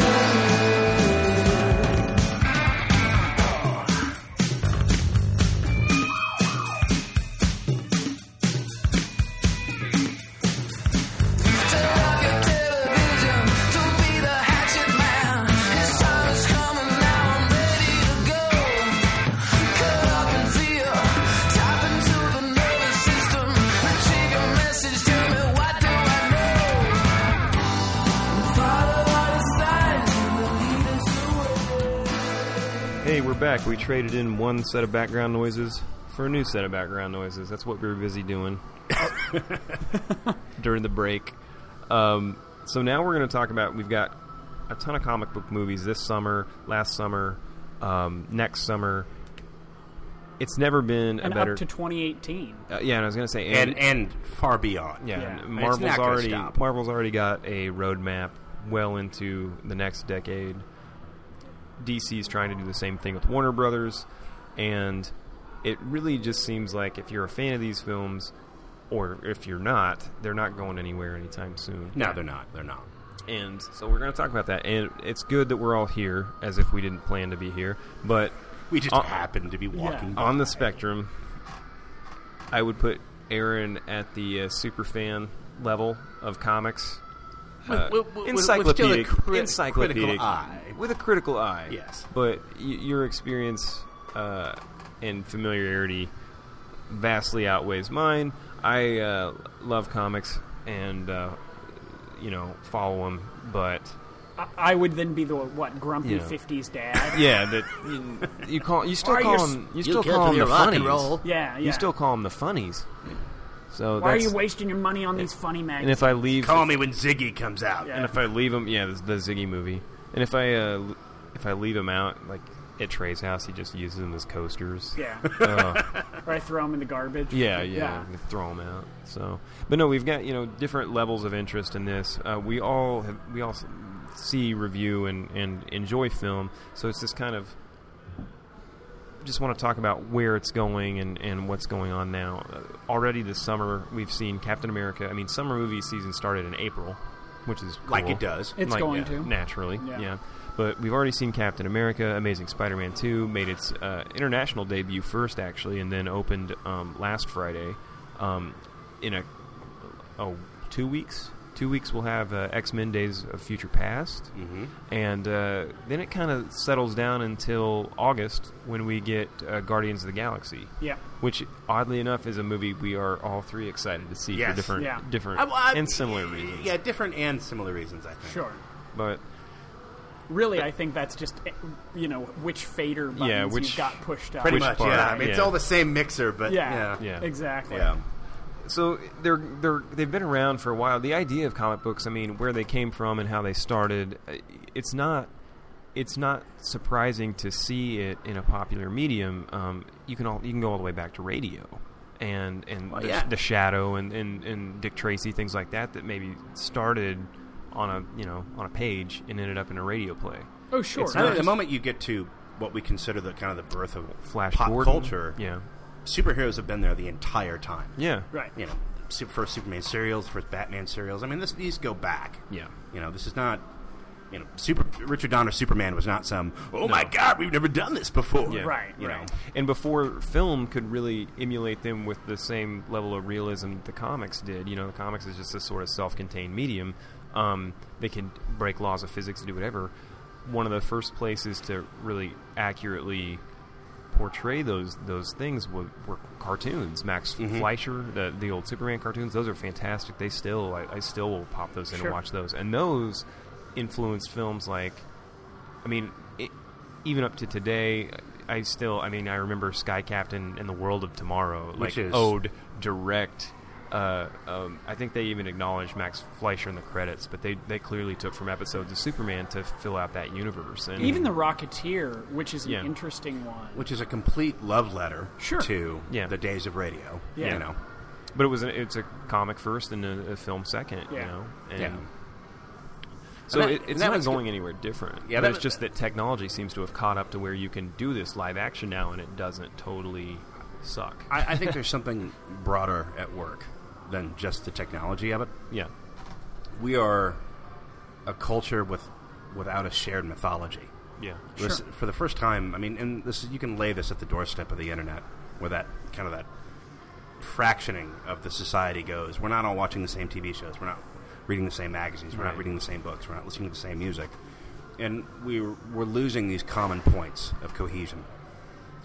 Speaker 1: Hey, we're back. We traded in one set of background noises for a new set of background noises. That's what we were busy doing during the break. Um, so now we're going to talk about. We've got a ton of comic book movies this summer, last summer, um, next summer. It's never been
Speaker 2: And
Speaker 1: a better.
Speaker 2: up to 2018.
Speaker 1: uh, yeah, and I was going to say,
Speaker 3: and and far beyond.
Speaker 1: Yeah,
Speaker 2: Yeah.
Speaker 1: and
Speaker 2: It's
Speaker 1: Marvel's
Speaker 3: not gonna
Speaker 1: already
Speaker 3: stop.
Speaker 1: Marvel's already got a roadmap well into the next decade. DC's trying to do the same thing with Warner Brothers, and it really just seems like if you're a fan of these films, or if you're not, they're not going anywhere anytime soon.
Speaker 3: No, they're not. They're not.
Speaker 1: And so we're going to talk about that. And it's good that we're all here, as if we didn't plan to be here. But
Speaker 3: We just
Speaker 1: Uh,
Speaker 3: happen to be walking.
Speaker 1: on the spectrum, I would put Aaron at the uh, superfan level of comics. Uh,
Speaker 3: With- with- with- with still a
Speaker 1: encyclopedic,
Speaker 3: cri-
Speaker 1: encyclopedic,
Speaker 3: critical eye.
Speaker 1: with a critical eye.
Speaker 3: Yes.
Speaker 1: but y- your experience uh, and familiarity vastly outweighs mine. I uh, love comics and uh, you know follow them, but
Speaker 2: I, I would then be the what grumpy
Speaker 1: You know.
Speaker 2: '50s dad.
Speaker 1: Yeah, that you, you call you still
Speaker 2: Why are
Speaker 1: call
Speaker 2: your
Speaker 1: them you
Speaker 3: You
Speaker 1: still
Speaker 3: care
Speaker 1: call them
Speaker 3: for
Speaker 1: the
Speaker 3: your rock and
Speaker 1: funnies.
Speaker 3: roll.
Speaker 2: yeah, yeah.
Speaker 1: You still call them the funnies. So
Speaker 2: Why are
Speaker 1: that's
Speaker 2: you wasting your money on these funny
Speaker 1: and
Speaker 2: magazines?
Speaker 1: if I leave
Speaker 3: Call me when Ziggy comes out.
Speaker 2: Yeah.
Speaker 1: and if I leave them yeah this, the Ziggy movie and if I uh, l- if I leave them out like at Trey's house he just uses them as coasters.
Speaker 2: yeah,
Speaker 1: Uh,
Speaker 2: or I throw them in the garbage.
Speaker 1: Yeah, yeah,
Speaker 2: yeah.
Speaker 1: throw 'em Throw them out. So, but no, we've got you know different levels of interest in this. Uh, we all have, we all s- see, review, and and enjoy film. So it's this kind of just want to talk about where it's going and and what's going on now. Uh, already this summer, we've seen Captain America. I mean, summer movie season started in April, which is
Speaker 3: Like
Speaker 1: cool
Speaker 3: it does.
Speaker 2: It's going
Speaker 1: yeah,
Speaker 2: to.
Speaker 1: naturally,
Speaker 2: Yeah.
Speaker 1: yeah. But we've already seen Captain America, Amazing Spider-Man Two made its uh, international debut first, actually, and then opened um, last Friday. Um, in a oh two weeks, two weeks we'll have uh, X-Men Days of Future Past,
Speaker 3: Mhm.
Speaker 1: and uh, then it kind of settles down until August when we get uh, Guardians of the Galaxy.
Speaker 2: Yeah.
Speaker 1: Which, oddly enough, is a movie we are all three excited to see
Speaker 3: Yes.
Speaker 1: for different,
Speaker 2: Yeah.
Speaker 1: different,
Speaker 3: I- I-
Speaker 1: and similar reasons.
Speaker 3: Yeah, different and similar reasons, I think.
Speaker 2: Sure.
Speaker 1: But
Speaker 2: Really, I think that's just eh, you know which fader buttons
Speaker 1: Yeah, which-
Speaker 2: you got pushed out.
Speaker 3: Pretty
Speaker 1: Which
Speaker 3: much,
Speaker 1: part?
Speaker 3: yeah. I mean, It's
Speaker 1: Yeah.
Speaker 3: all the same mixer, but
Speaker 2: yeah,
Speaker 1: Yeah.
Speaker 3: yeah.
Speaker 2: exactly.
Speaker 3: Yeah.
Speaker 1: so they're they're they've been around for a while. The idea of comic books, I mean, where they came from and how they started, uh, it's not it's not surprising to see it in a popular medium. Um, you can all you can go all the way back to radio and and
Speaker 3: Well,
Speaker 1: the,
Speaker 3: yeah.
Speaker 1: the Shadow and, and and Dick Tracy things like that that maybe started on a you know on a page and ended up in a radio play.
Speaker 2: Oh, sure.
Speaker 1: It's
Speaker 3: I think
Speaker 1: not-
Speaker 3: the moment you get to what we consider the kind of the birth of
Speaker 1: Flash
Speaker 3: pop
Speaker 1: Gordon.
Speaker 3: culture,
Speaker 1: yeah,
Speaker 3: superheroes have been there the entire time.
Speaker 1: yeah,
Speaker 2: right.
Speaker 3: You know, su- first Superman serials, first Batman serials. I mean, this, these go back.
Speaker 1: yeah.
Speaker 3: You know, this is not. You know, Super Richard Donner Superman was not some. Oh my God, we've never done this before.
Speaker 1: Yeah.
Speaker 2: Right,
Speaker 3: You
Speaker 2: right.
Speaker 3: know,
Speaker 1: and before film could really emulate them with the same level of realism the comics did you know the comics is just a sort of self-contained medium um, they can break laws of physics and do whatever one of the first places to really accurately portray those those things were, were cartoons max fleischer the, the old superman cartoons those are fantastic they still i, I still will pop those in
Speaker 2: Sure.
Speaker 1: and watch those and those influenced films like I mean, it, even up to today, I still. I mean, I remember Sky Captain and the World of Tomorrow, like
Speaker 3: Which is-
Speaker 1: owed direct. Uh, um, I think they even acknowledged Max Fleischer in the credits, but they they clearly took from episodes of Superman to fill out that universe. And
Speaker 2: Even the Rocketeer, which is an
Speaker 1: Yeah.
Speaker 2: interesting one.
Speaker 3: which is a complete love letter
Speaker 2: Sure.
Speaker 3: to
Speaker 1: Yeah.
Speaker 3: the days of radio.
Speaker 2: Yeah.
Speaker 3: You know,
Speaker 1: but it was an, it's a comic first and a, a film second,
Speaker 2: Yeah.
Speaker 1: you know. And
Speaker 3: Yeah.
Speaker 1: So
Speaker 3: And that-
Speaker 1: it,
Speaker 3: and
Speaker 1: it's
Speaker 3: that
Speaker 1: not
Speaker 3: was
Speaker 1: going anywhere different.
Speaker 3: Yeah,
Speaker 1: Yeah, but
Speaker 3: that
Speaker 1: it's
Speaker 3: was-
Speaker 1: just that technology seems to have caught up to where you can do this live action now, and it doesn't totally suck.
Speaker 3: I, I think there's something broader at work than just the technology of it.
Speaker 1: yeah,
Speaker 3: We are a culture with without a shared mythology.
Speaker 1: yeah,
Speaker 3: It was- for the first time, I mean, and this is- you can lay this at the doorstep of the internet, where that kind of that fractioning of the society goes. We're not all watching the same TV shows. We're not reading the same magazines. We're not
Speaker 1: Right.
Speaker 3: reading the same books. We're not listening to the same music, and we we're, we're losing these common points of cohesion.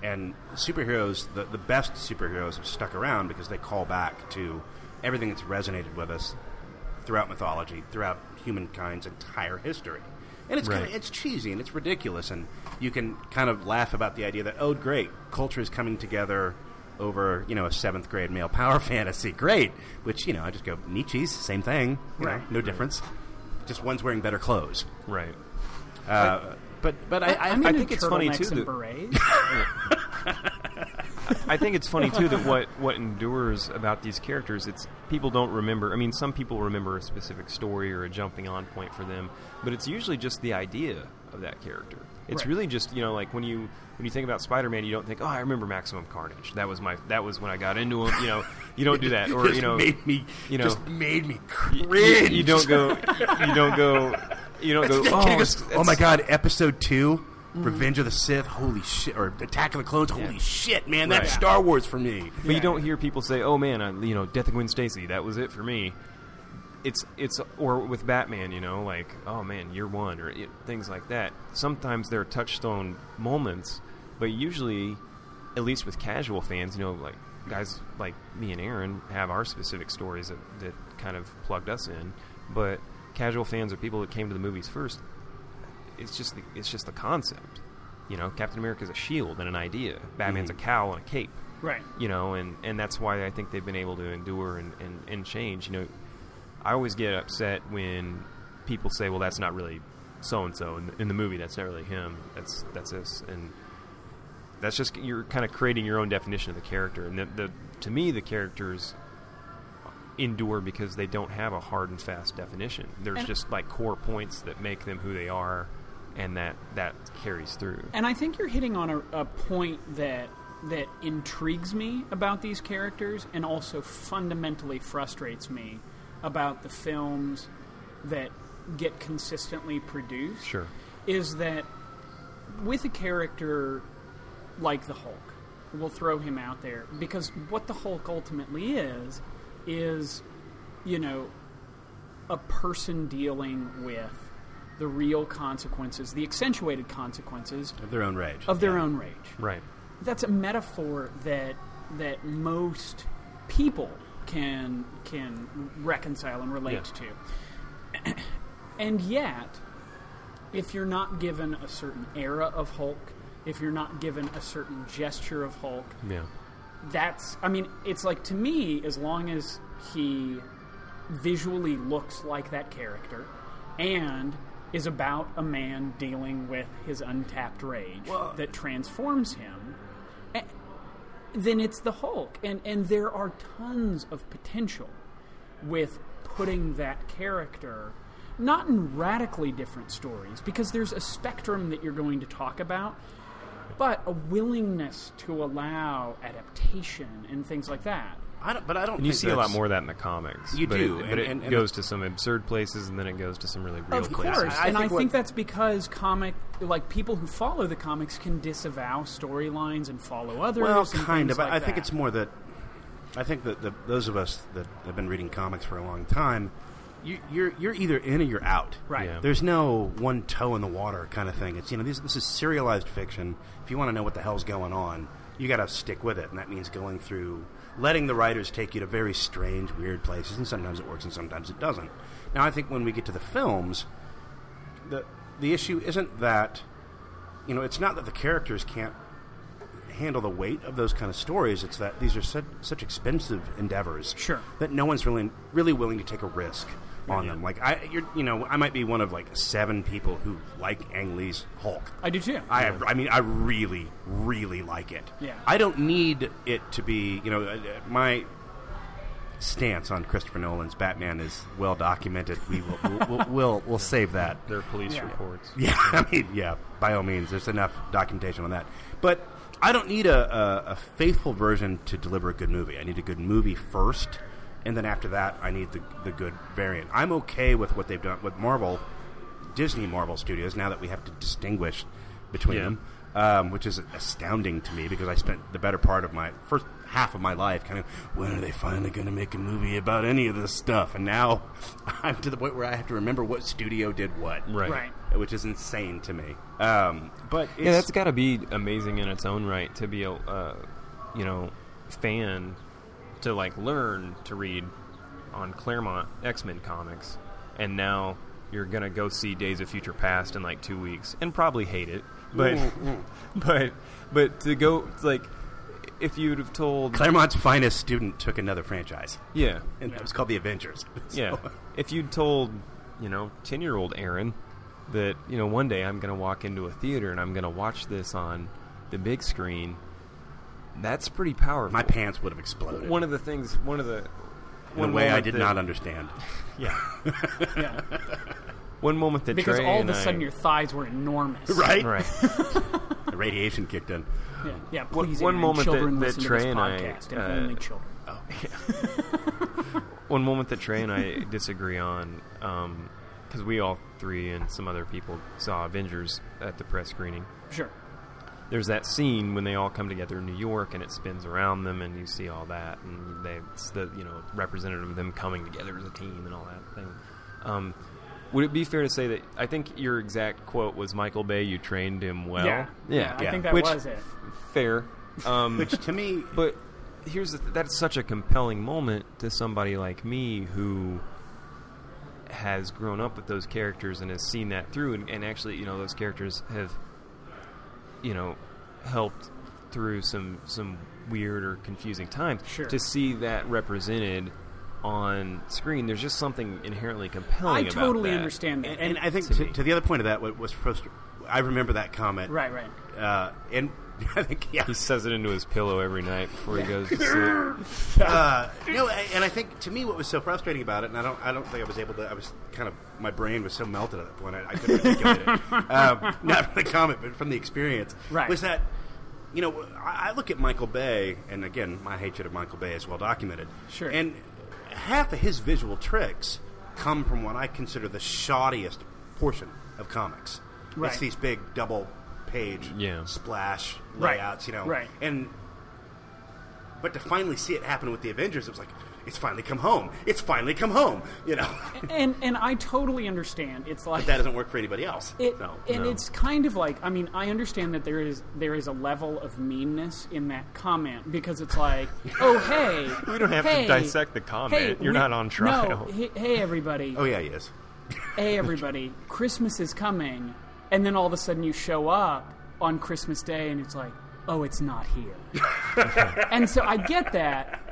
Speaker 3: And superheroes, the, the best superheroes, have stuck around because they call back to everything that's resonated with us throughout mythology, throughout humankind's entire history. And it's kind
Speaker 1: Right.
Speaker 3: of, it's cheesy and it's ridiculous, and you can kind of laugh about the idea that oh, great, culture is coming together over you know a seventh grade male power fantasy, great. Which you know I just go Nietzsche's same thing, you know,
Speaker 2: Right.
Speaker 3: no difference, just one's wearing better clothes.
Speaker 1: right.
Speaker 3: Uh, but but I, I,
Speaker 2: I'm
Speaker 3: I
Speaker 2: into
Speaker 3: think it's
Speaker 1: funny, too,
Speaker 2: turtlenecks and
Speaker 1: that-
Speaker 2: berets.
Speaker 1: I think it's funny too that what what endures about these characters it's people don't remember. I mean, some people remember a specific story or a jumping on point for them, but it's usually just the idea of that character. It's
Speaker 2: Right.
Speaker 1: really just you know like when you when you think about Spider-Man, you don't think, oh, I remember Maximum Carnage. That was my that was when I got into him. You know, you don't do that, or
Speaker 3: just
Speaker 1: you know,
Speaker 3: made me
Speaker 1: you know-
Speaker 3: just made me
Speaker 1: you-
Speaker 3: cringe.
Speaker 1: you, you don't go, you don't go, you don't go.
Speaker 3: Kid
Speaker 1: Oh,
Speaker 3: goes,
Speaker 1: it's-
Speaker 3: "Oh my
Speaker 1: it's-
Speaker 3: god, episode two, Revenge of the Sith, holy shit, or Attack of the Clones, holy shit, man, that's
Speaker 1: Right.
Speaker 3: Star Wars for me.
Speaker 1: But you don't hear people say, "Oh man, I, you know, Death of Gwen Stacy, that was it for me." It's it's or with Batman, you know, like, "Oh man, year one" or it, things like that. Sometimes there are touchstone moments, but usually, at least with casual fans, you know, like guys like me and Aaron have our specific stories that, that kind of plugged us in. But casual fans are people that came to the movies first. it's just the, it's just the concept. You know, Captain America's a shield and an idea. Batman's a cowl and a cape.
Speaker 2: Right.
Speaker 1: You know, and, and that's why I think they've been able to endure and, and, and change. You know, I always get upset when people say, "Well, that's not really so and so in the movie. That's not really him. That's that's this." And that's just you're kind of creating your own definition of the character. And the, the to me, the characters endure because they don't have a hard and fast definition. There's
Speaker 2: And-
Speaker 1: just like core points that make them who they are, and that that carries through.
Speaker 2: And I think you're hitting on a, a point that that intrigues me about these characters and also fundamentally frustrates me about the films that get consistently produced
Speaker 1: Sure.
Speaker 2: is that with a character like the Hulk, we'll throw him out there because what the Hulk ultimately is is you know a person dealing with the real consequences, the accentuated consequences
Speaker 3: Of their own rage.
Speaker 2: of their
Speaker 3: Yeah.
Speaker 2: own rage.
Speaker 1: Right.
Speaker 2: That's a metaphor that that most people can can reconcile and relate to. and yet, if you're not given a certain era of Hulk, if you're not given a certain gesture of Hulk,
Speaker 1: Yeah.
Speaker 2: that's I mean, it's like to me, as long as he visually looks like that character and is about a man dealing with his untapped rage that transforms him, eh, then it's the Hulk. And and there are tons of potential with putting that character not in radically different stories because there's a spectrum that you're going to talk about but a willingness to allow adaptation and things like that.
Speaker 3: I don't, but I don't.
Speaker 1: And you
Speaker 3: think
Speaker 1: see a lot
Speaker 3: that's-
Speaker 1: more of that in the comics.
Speaker 3: You
Speaker 1: but
Speaker 3: do,
Speaker 1: it, but
Speaker 3: and-
Speaker 1: it
Speaker 3: and- and
Speaker 1: goes
Speaker 3: the-
Speaker 1: to some absurd places, and then it goes to some really real
Speaker 2: of
Speaker 1: places.
Speaker 2: course,
Speaker 3: I
Speaker 2: and
Speaker 3: think
Speaker 2: I
Speaker 3: what-
Speaker 2: think that's because comic, like people who follow the comics, can disavow storylines and follow others.
Speaker 3: Well,
Speaker 2: and
Speaker 3: kind
Speaker 2: things
Speaker 3: of. I-
Speaker 2: like
Speaker 3: I think
Speaker 2: that.
Speaker 3: it's more that I think that the, those of us that have been reading comics for a long time, you, you're you're either in or you're out.
Speaker 2: right.
Speaker 1: Yeah.
Speaker 3: There's no one toe in the water kind of thing. It's you know this, this is serialized fiction. If you want to know what the hell's going on, you got to stick with it, and that means going through, letting the writers take you to very strange, weird places, and sometimes it works and sometimes it doesn't. Now, I think when we get to the films, the the issue isn't that you know it's not that the characters can't handle the weight of those kind of stories. It's that these are such, such expensive endeavors,
Speaker 2: Sure.
Speaker 3: that no one's really really willing to take a risk on them. Like I, you're, you know, I might be one of like seven people who like Ang Lee's Hulk.
Speaker 2: I do too.
Speaker 3: I, I mean, I really, really like it.
Speaker 2: Yeah.
Speaker 3: I don't need it to be, you know, uh, uh, my stance on Christopher Nolan's Batman is well documented. We will, we'll, we'll, we'll, we'll save that.
Speaker 1: There are police
Speaker 2: Yeah.
Speaker 1: reports.
Speaker 3: Yeah, I mean, yeah, by all means, there's enough documentation on that. But I don't need a, a, a faithful version to deliver a good movie. I need a good movie first, and then after that, I need the, the good variant. I'm okay with what they've done with Marvel, Disney Marvel Studios, now that we have to distinguish between
Speaker 1: Yeah.
Speaker 3: them, um, which is astounding to me because I spent the better part of my first half of my life kind of, when are they finally going to make a movie about any of this stuff? And now I'm to the point where I have to remember what studio did what
Speaker 1: Right.
Speaker 2: right.
Speaker 3: which is insane to me. Um, but it's,
Speaker 1: Yeah, that's got to be amazing in its own right to be a, uh, you know, fan to like learn to read on Claremont X Men comics, and now you're gonna go see Days of Future Past in like two weeks and probably hate it, but
Speaker 3: Mm.
Speaker 1: but but to go like if you'd have told
Speaker 3: Claremont's finest student took another franchise,
Speaker 1: yeah
Speaker 3: and that was called the Avengers. So-
Speaker 1: Yeah. If you'd told, you know, 10 year old Aaron that, you know, one day I'm going to walk into a theater and I'm going to watch this on the big screen, that's pretty powerful.
Speaker 3: my pants would have exploded
Speaker 1: one of the things, one of the.
Speaker 3: in a
Speaker 1: one
Speaker 3: way I
Speaker 1: moment
Speaker 3: did
Speaker 1: that-
Speaker 3: not understand.
Speaker 1: Yeah.
Speaker 2: Yeah.
Speaker 1: One moment that
Speaker 2: Because
Speaker 1: Trey
Speaker 2: all of
Speaker 1: and
Speaker 2: a sudden
Speaker 1: I,
Speaker 2: your thighs were enormous.
Speaker 3: Right?
Speaker 1: Right.
Speaker 3: The radiation kicked in.
Speaker 2: Yeah. yeah
Speaker 1: One-
Speaker 2: please,
Speaker 1: one
Speaker 2: Aaron,
Speaker 1: moment that-
Speaker 2: children
Speaker 1: that
Speaker 2: listen to
Speaker 1: Trey
Speaker 2: this
Speaker 1: and I,
Speaker 2: podcast
Speaker 1: uh,
Speaker 2: and only children.
Speaker 1: one moment that Trey and I disagree on, because we all three and some other people saw Avengers at the press screening.
Speaker 2: Sure.
Speaker 1: there's that scene when they all come together in New York and it spins around them and you see all that and they, it's the you know representative of them coming together as a team and all that thing. Um, would it be fair to say that I think your exact quote was Michael Bay? You trained him well.
Speaker 2: yeah. I
Speaker 3: yeah.
Speaker 2: think that
Speaker 1: Which-
Speaker 2: was it.
Speaker 1: fair. Um,
Speaker 3: Which to me,
Speaker 1: but here's the th- that's such a compelling moment to somebody like me who has grown up with those characters and has seen that through, and, and actually, you know, those characters have, you know, helped through some some weird or confusing times.
Speaker 2: Sure.
Speaker 1: To see that represented on screen, there's just something inherently compelling.
Speaker 2: I
Speaker 1: about
Speaker 2: totally
Speaker 1: that.
Speaker 2: understand that.
Speaker 3: And, and I think
Speaker 1: To
Speaker 3: to,
Speaker 1: me.
Speaker 3: to the other point of that, what was supposed to, I remember that comment.
Speaker 2: right, right.
Speaker 3: Uh, and I think, yeah.
Speaker 1: He says it into his pillow every night before he goes to sleep.
Speaker 3: Uh, no, I- and I think to me what was so frustrating about it, and I don't, I don't think I was able to. I was kind of my brain was so melted at that point, I, I couldn't articulate it. Um, not from the comment, but from the experience.
Speaker 2: Right.
Speaker 3: Was that you know I, I look at Michael Bay, and again my hatred of Michael Bay is well documented.
Speaker 2: Sure.
Speaker 3: And half of his visual tricks come from what I consider the shoddiest portion of comics.
Speaker 2: Right.
Speaker 3: It's these big double page
Speaker 1: Yeah.
Speaker 3: splash
Speaker 2: Right.
Speaker 3: layouts, you know.
Speaker 2: Right.
Speaker 3: And but to finally see it happen with the Avengers, it was like, it's finally come home. It's finally come home. You know,
Speaker 2: And and I totally understand. It's like
Speaker 3: but that doesn't work for anybody else.
Speaker 2: It,
Speaker 3: no.
Speaker 2: and it's kind of like I mean I understand that there is there is a level of meanness in that comment because it's like oh hey
Speaker 1: We don't have to
Speaker 2: hey,
Speaker 1: dissect the comment.
Speaker 2: hey,
Speaker 1: You're
Speaker 2: we-
Speaker 1: not on trial.
Speaker 2: no, he- hey everybody
Speaker 3: oh yeah, yes.
Speaker 2: hey everybody Christmas is coming and then all of a sudden you show up on Christmas Day and it's like oh it's not here and so I get that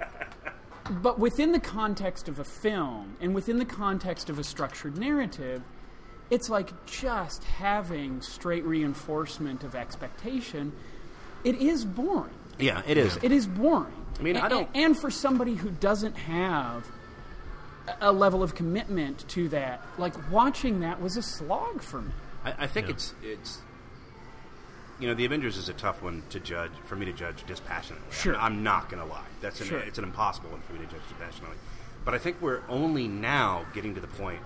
Speaker 2: but within the context of a film and within the context of a structured narrative, it's like just having straight reinforcement of expectation. It is boring.
Speaker 3: Yeah, it is.
Speaker 2: It is boring. I
Speaker 3: mean, I don't-
Speaker 2: And for somebody who doesn't have a- a level of commitment to that, like watching that was a slog for me.
Speaker 3: I, I think it's it's. You know, the Avengers is a tough one to judge for me to judge dispassionately.
Speaker 2: Sure.
Speaker 3: I'm, I'm not going to lie. That's an,
Speaker 2: Sure.
Speaker 3: it's an impossible one for me to judge dispassionately. But I think we're only now getting to the point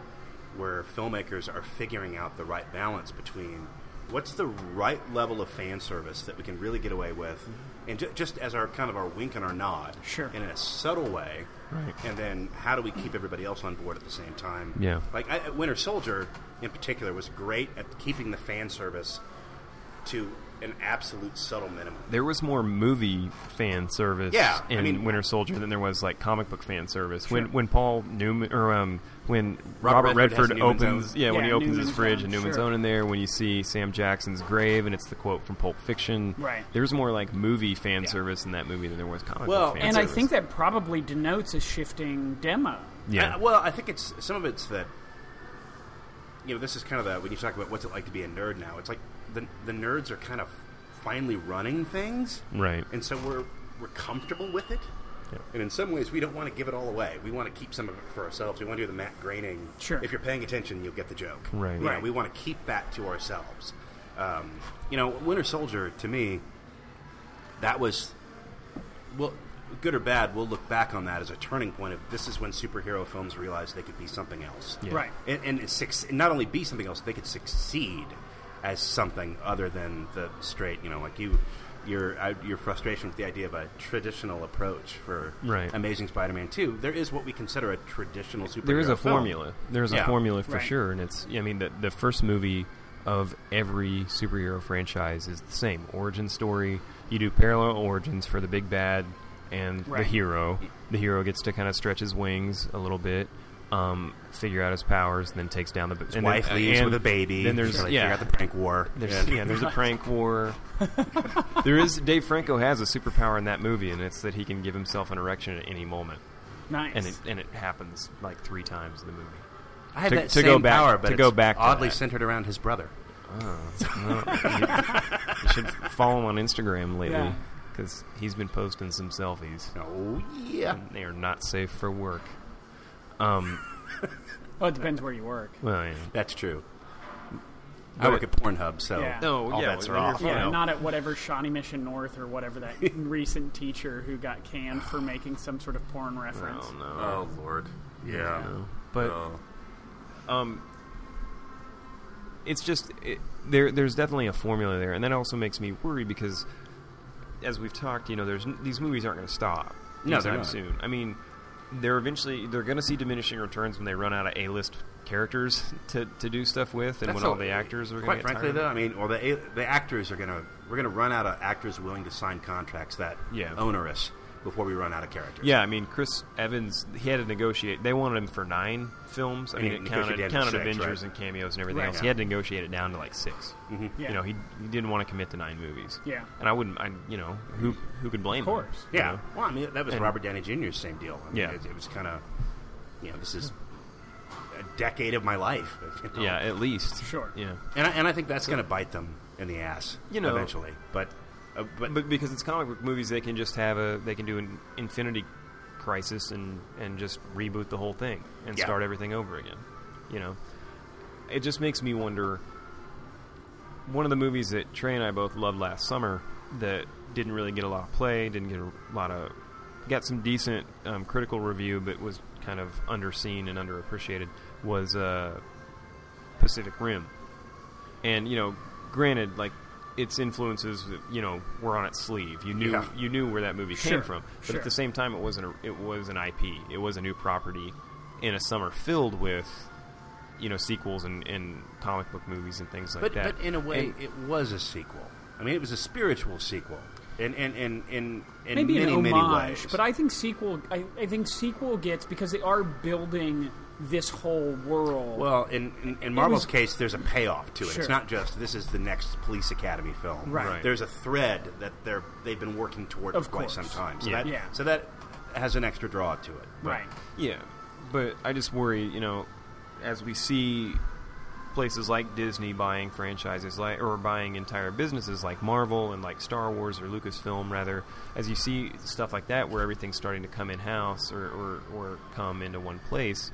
Speaker 3: where filmmakers are figuring out the right balance between what's the right level of fan service that we can really get away with, and ju- just as our kind of our wink and our nod,
Speaker 2: Mm-hmm. Sure.
Speaker 3: in a subtle way,
Speaker 1: Right.
Speaker 3: and then how do we keep everybody else on board at the same time?
Speaker 1: Yeah.
Speaker 3: Like I, Winter Soldier, in particular, was great at keeping the fan service to an absolute subtle minimum.
Speaker 1: there was more movie fan service
Speaker 3: Yeah, I
Speaker 1: in
Speaker 3: mean-
Speaker 1: Winter Soldier than there was like comic book fan service. When when Paul Newman or um when
Speaker 3: Robert
Speaker 1: Robert,
Speaker 3: Redford
Speaker 1: Redford,
Speaker 3: has Newman's
Speaker 1: opens
Speaker 3: Own.
Speaker 1: yeah, when
Speaker 2: Yeah,
Speaker 1: he opens
Speaker 2: Newman's
Speaker 1: his fridge
Speaker 2: Own,
Speaker 1: and Newman's
Speaker 2: sure.
Speaker 1: own in there, when you see Sam Jackson's grave and it's the quote from Pulp Fiction.
Speaker 2: Right.
Speaker 1: There's more like movie fan service in that movie than there was comic
Speaker 3: Well,
Speaker 1: book fan
Speaker 2: And I
Speaker 1: service.
Speaker 2: think that probably denotes a shifting demo.
Speaker 1: yeah.
Speaker 3: I- well, I think it's some of it's that. You know, this is kind of the when you talk about what's it like to be a nerd now. It's like the the nerds are kind of finally running things,
Speaker 1: Right.
Speaker 3: and so we're we're comfortable with it. And in some ways, we don't want to give it all away. We want to keep some of it for ourselves. We want to do the Matt Groening.
Speaker 2: Sure.
Speaker 3: If you're paying attention, you'll get the joke.
Speaker 1: Right.
Speaker 3: You know,
Speaker 1: Right.
Speaker 3: we want to keep that to ourselves. Um, you know, Winter Soldier to me, that was well, good or bad. We'll look back on that as a turning point of this is when superhero films realized they could be something else.
Speaker 1: Yeah.
Speaker 2: Right.
Speaker 3: And, and it suc- not only be something else, they could succeed as something other than the straight, you know, like you, your uh, your frustration with the idea of a traditional approach for
Speaker 1: Right.
Speaker 3: Amazing Spider-Man Two. There is what we consider a traditional superhero.
Speaker 1: there is a
Speaker 3: film.
Speaker 1: formula. There's
Speaker 3: Yeah.
Speaker 1: a formula for
Speaker 2: Right.
Speaker 1: sure, and it's I mean the the first movie of every superhero franchise is the same origin story. You do parallel origins for the big bad and
Speaker 2: Right.
Speaker 1: the hero. The hero gets to kind of stretch his wings a little bit. Um, figure out his powers, and then takes down the b- and
Speaker 3: Wife
Speaker 1: then,
Speaker 3: leaves
Speaker 1: and
Speaker 3: with a baby.
Speaker 1: Then there's
Speaker 3: so they
Speaker 1: yeah,
Speaker 3: figure out the prank war.
Speaker 1: there's, yeah, there's a prank war. there is Dave Franco has a superpower in that movie, and it's that he can give himself an erection at any moment,
Speaker 2: Nice.
Speaker 1: and it and it happens like three times in the movie.
Speaker 3: I had
Speaker 1: to-
Speaker 3: that
Speaker 1: to
Speaker 3: same
Speaker 1: go back-
Speaker 3: power, but
Speaker 1: to go
Speaker 3: it's
Speaker 1: back to
Speaker 3: oddly
Speaker 1: that.
Speaker 3: centered around his brother.
Speaker 1: You should follow him on Instagram lately
Speaker 2: Yeah.
Speaker 1: because he's been posting some selfies.
Speaker 3: Oh yeah.
Speaker 1: And they are not safe for work. Um,
Speaker 2: well, it depends where you work.
Speaker 1: well, yeah.
Speaker 3: That's true. I
Speaker 1: But-
Speaker 3: work at Pornhub, so
Speaker 2: Yeah.
Speaker 1: No,
Speaker 3: all
Speaker 1: Oh, yeah,
Speaker 3: bets are
Speaker 1: well,
Speaker 3: off.
Speaker 1: you're-
Speaker 2: Yeah,
Speaker 1: know.
Speaker 2: not at whatever Shawnee Mission North or whatever that recent teacher who got canned for making some sort of porn reference.
Speaker 1: Oh, no.
Speaker 6: Oh Lord. Yeah.
Speaker 1: But
Speaker 6: Oh.
Speaker 1: Um, it's just it, there. There's definitely a formula there, and that also makes me worry because, as we've talked, you know, there's n- these movies aren't going to stop
Speaker 3: No, they're
Speaker 1: anytime
Speaker 3: not.
Speaker 1: soon. I mean, they're eventually they're going to see diminishing returns when they run out of A-list characters to, to do stuff with, and
Speaker 3: That's
Speaker 1: when all
Speaker 3: a-
Speaker 1: the actors are going to
Speaker 3: Quite
Speaker 1: get
Speaker 3: frankly,
Speaker 1: tired.
Speaker 3: though, I mean, well, the the actors are gonna we're gonna run out of actors willing to sign contracts that
Speaker 1: Yeah.
Speaker 3: onerous before we run out of characters.
Speaker 1: Yeah, I mean Chris Evans, he had to negotiate. They wanted him for nine films. I
Speaker 3: And
Speaker 1: mean,
Speaker 3: he
Speaker 1: it counted,
Speaker 3: negotiated
Speaker 1: counted
Speaker 3: six,
Speaker 1: Avengers
Speaker 3: right?
Speaker 1: and cameos and everything
Speaker 2: Right.
Speaker 1: else. He had to negotiate it down to like 6
Speaker 2: Yeah.
Speaker 1: You know, he, he didn't want to commit to nine movies.
Speaker 2: Yeah.
Speaker 1: and I wouldn't. I you know who who could blame?
Speaker 2: Of course.
Speaker 1: Him, you
Speaker 3: Yeah.
Speaker 1: know?
Speaker 3: Well, I mean, that was
Speaker 1: And-
Speaker 3: Robert Downey Jr.'s same deal. I mean,
Speaker 1: Yeah.
Speaker 3: It, it was kind of, you know, this is a decade of my life. you know?
Speaker 1: yeah, at least
Speaker 2: Sure.
Speaker 1: Yeah,
Speaker 3: And I, and I think that's going to bite them in the ass
Speaker 1: You know.
Speaker 3: eventually. But, uh, but,
Speaker 1: but because it's comic book movies, they can just have a they can do an Infinity Crisis and and just reboot the whole thing and
Speaker 3: Yeah.
Speaker 1: start everything over again. You know, it just makes me wonder. One of the movies that Trey and I both loved last summer that didn't really get a lot of play, didn't get a lot of, got some decent um, critical review, but was kind of underseen and underappreciated was uh, Pacific Rim and you know, granted, like its influences, you know, were on its sleeve. You knew
Speaker 3: Yeah.
Speaker 1: you knew where that movie
Speaker 2: Sure,
Speaker 1: came from, but
Speaker 2: sure.
Speaker 1: at the same time, it wasn't a, it was an IP. It was a new property in a summer filled with you know sequels and, and comic book movies and things like
Speaker 3: but,
Speaker 1: that.
Speaker 3: but in a way,
Speaker 1: And-
Speaker 3: it was a sequel. I mean, it was a spiritual sequel. In, in, in, in, in
Speaker 2: Maybe
Speaker 3: many,
Speaker 2: an
Speaker 3: many
Speaker 2: homage,
Speaker 3: ways.
Speaker 2: but I think sequel. I, I think sequel gets because they are building this whole world.
Speaker 3: Well, in, in, in Marvel's
Speaker 2: was-
Speaker 3: case, there's a payoff to it.
Speaker 2: Sure.
Speaker 3: It's not just this is the next Police Academy film.
Speaker 2: Right. Right.
Speaker 3: There's a thread that they're they've been working toward
Speaker 2: Of
Speaker 3: for quite
Speaker 2: course.
Speaker 3: some time. So
Speaker 1: Yeah.
Speaker 3: that
Speaker 2: Yeah.
Speaker 3: so that has an extra draw to it. But-
Speaker 2: right.
Speaker 1: Yeah, but I just worry, you know, as we see places like Disney buying franchises like or buying entire businesses like Marvel and like Star Wars or Lucasfilm rather, as you see stuff like that where everything's starting to come in house or, or, or come into one place.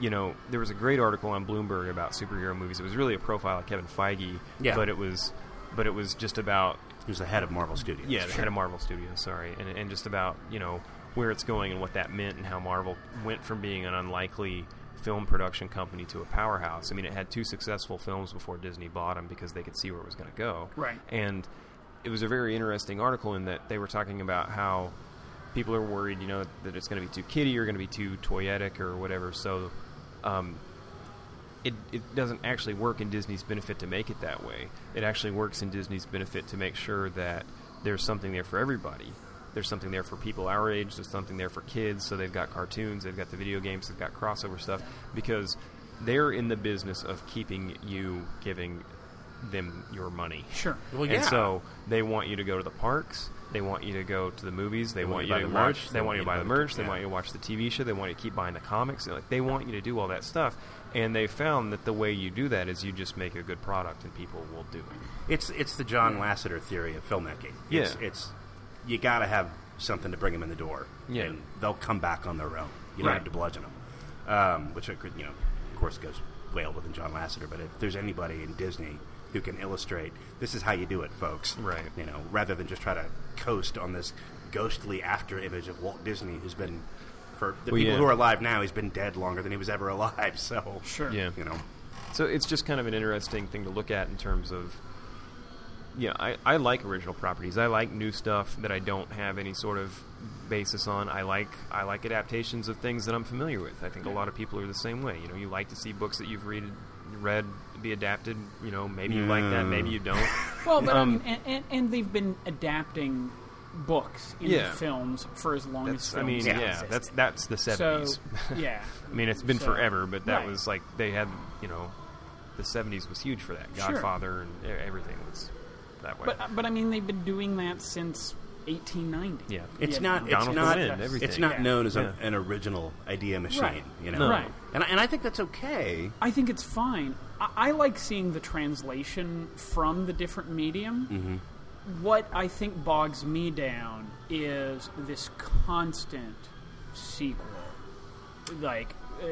Speaker 1: You know, there was a great article on Bloomberg about superhero movies. It was really a profile of Kevin Feige,
Speaker 3: Yeah.
Speaker 1: but it was but it was just about
Speaker 3: Who's the head of Marvel Studios?
Speaker 1: yeah, the head of Marvel Studios, sorry, and, and just about you know where it's going and what that meant and how Marvel went from being an unlikely film production company to a powerhouse. I mean, it had two successful films before Disney bought them because they could see where it was going to go.
Speaker 2: Right.
Speaker 1: And it was a very interesting article in that they were talking about how people are worried, you know, that it's going to be too kiddie or going to be too toyetic or whatever. So um, it, it doesn't actually work in Disney's benefit to make it that way. It actually works in Disney's benefit to make sure that there's something there for everybody. There's something there for people our age. There's something there for kids. So they've got cartoons, they've got the video games, they've got crossover stuff because they're in the business of keeping you giving them your money.
Speaker 2: Sure.
Speaker 3: Well,
Speaker 1: and
Speaker 3: yeah.
Speaker 1: so they want you to go to the parks. They want you to go to the movies. They, want you to
Speaker 3: buy the
Speaker 1: watch.
Speaker 3: merch,
Speaker 1: They want you to buy the merch. They
Speaker 3: yeah.
Speaker 1: want you to watch the TV show. They want you to keep buying the comics. They're Like they want you to do all that stuff. And they found that the way you do that is you just make a good product, and people will do it.
Speaker 3: It's it's the John Lasseter theory of filmmaking. It's,
Speaker 1: Yeah.
Speaker 3: it's you got to have something to bring them in the door,
Speaker 1: Yeah.
Speaker 3: and they'll come back on their own. You don't
Speaker 1: Right.
Speaker 3: have to bludgeon them, um, which I could- you know, of course, goes way older than John Lasseter. But if there's anybody in Disney who can illustrate, this is how you do it, folks.
Speaker 1: Right.
Speaker 3: You know, rather than just try to coast on this ghostly after image of Walt Disney, who's been for the
Speaker 1: Well,
Speaker 3: people
Speaker 1: yeah.
Speaker 3: who are alive now, he's been dead longer than he was ever alive. So
Speaker 2: Sure.
Speaker 1: Yeah.
Speaker 3: you know,
Speaker 1: So it's just kind of an interesting thing to look at in terms of. Yeah, I, I like original properties. I like new stuff that I don't have any sort of basis on. I like I like adaptations of things that I'm familiar with. I think a lot of people are the same way. You know, you like to see books that you've read read be adapted. You know, maybe you like that, maybe you don't.
Speaker 2: Well,
Speaker 1: Um,
Speaker 2: but I mean, and, and, and they've been adapting books into
Speaker 1: Yeah.
Speaker 2: films for as long as
Speaker 1: That's, I
Speaker 2: films
Speaker 1: mean,
Speaker 2: have
Speaker 1: yeah,
Speaker 2: existed.
Speaker 1: that's that's the
Speaker 2: so.
Speaker 1: '70s.
Speaker 2: yeah.
Speaker 1: I mean, it's been
Speaker 2: So-
Speaker 1: forever, but that
Speaker 2: right.
Speaker 1: was like they had you know, the '70s was huge for that.
Speaker 2: Sure.
Speaker 1: Godfather and e- everything was that way.
Speaker 2: But um, but I mean, they've been doing that since 1890.
Speaker 1: yeah,
Speaker 3: It's not. It's
Speaker 1: Donald
Speaker 3: not.
Speaker 1: Glenn, everything.
Speaker 3: It's not
Speaker 2: Yeah.
Speaker 3: known as a,
Speaker 1: Yeah.
Speaker 3: an original idea machine.
Speaker 2: Right.
Speaker 3: You know.
Speaker 2: Right.
Speaker 3: And I- and I think that's okay.
Speaker 2: I think it's fine. I, I like seeing the translation from the different medium.
Speaker 1: Mm-hmm.
Speaker 2: What I think bogs me down is this constant sequel, like uh, uh,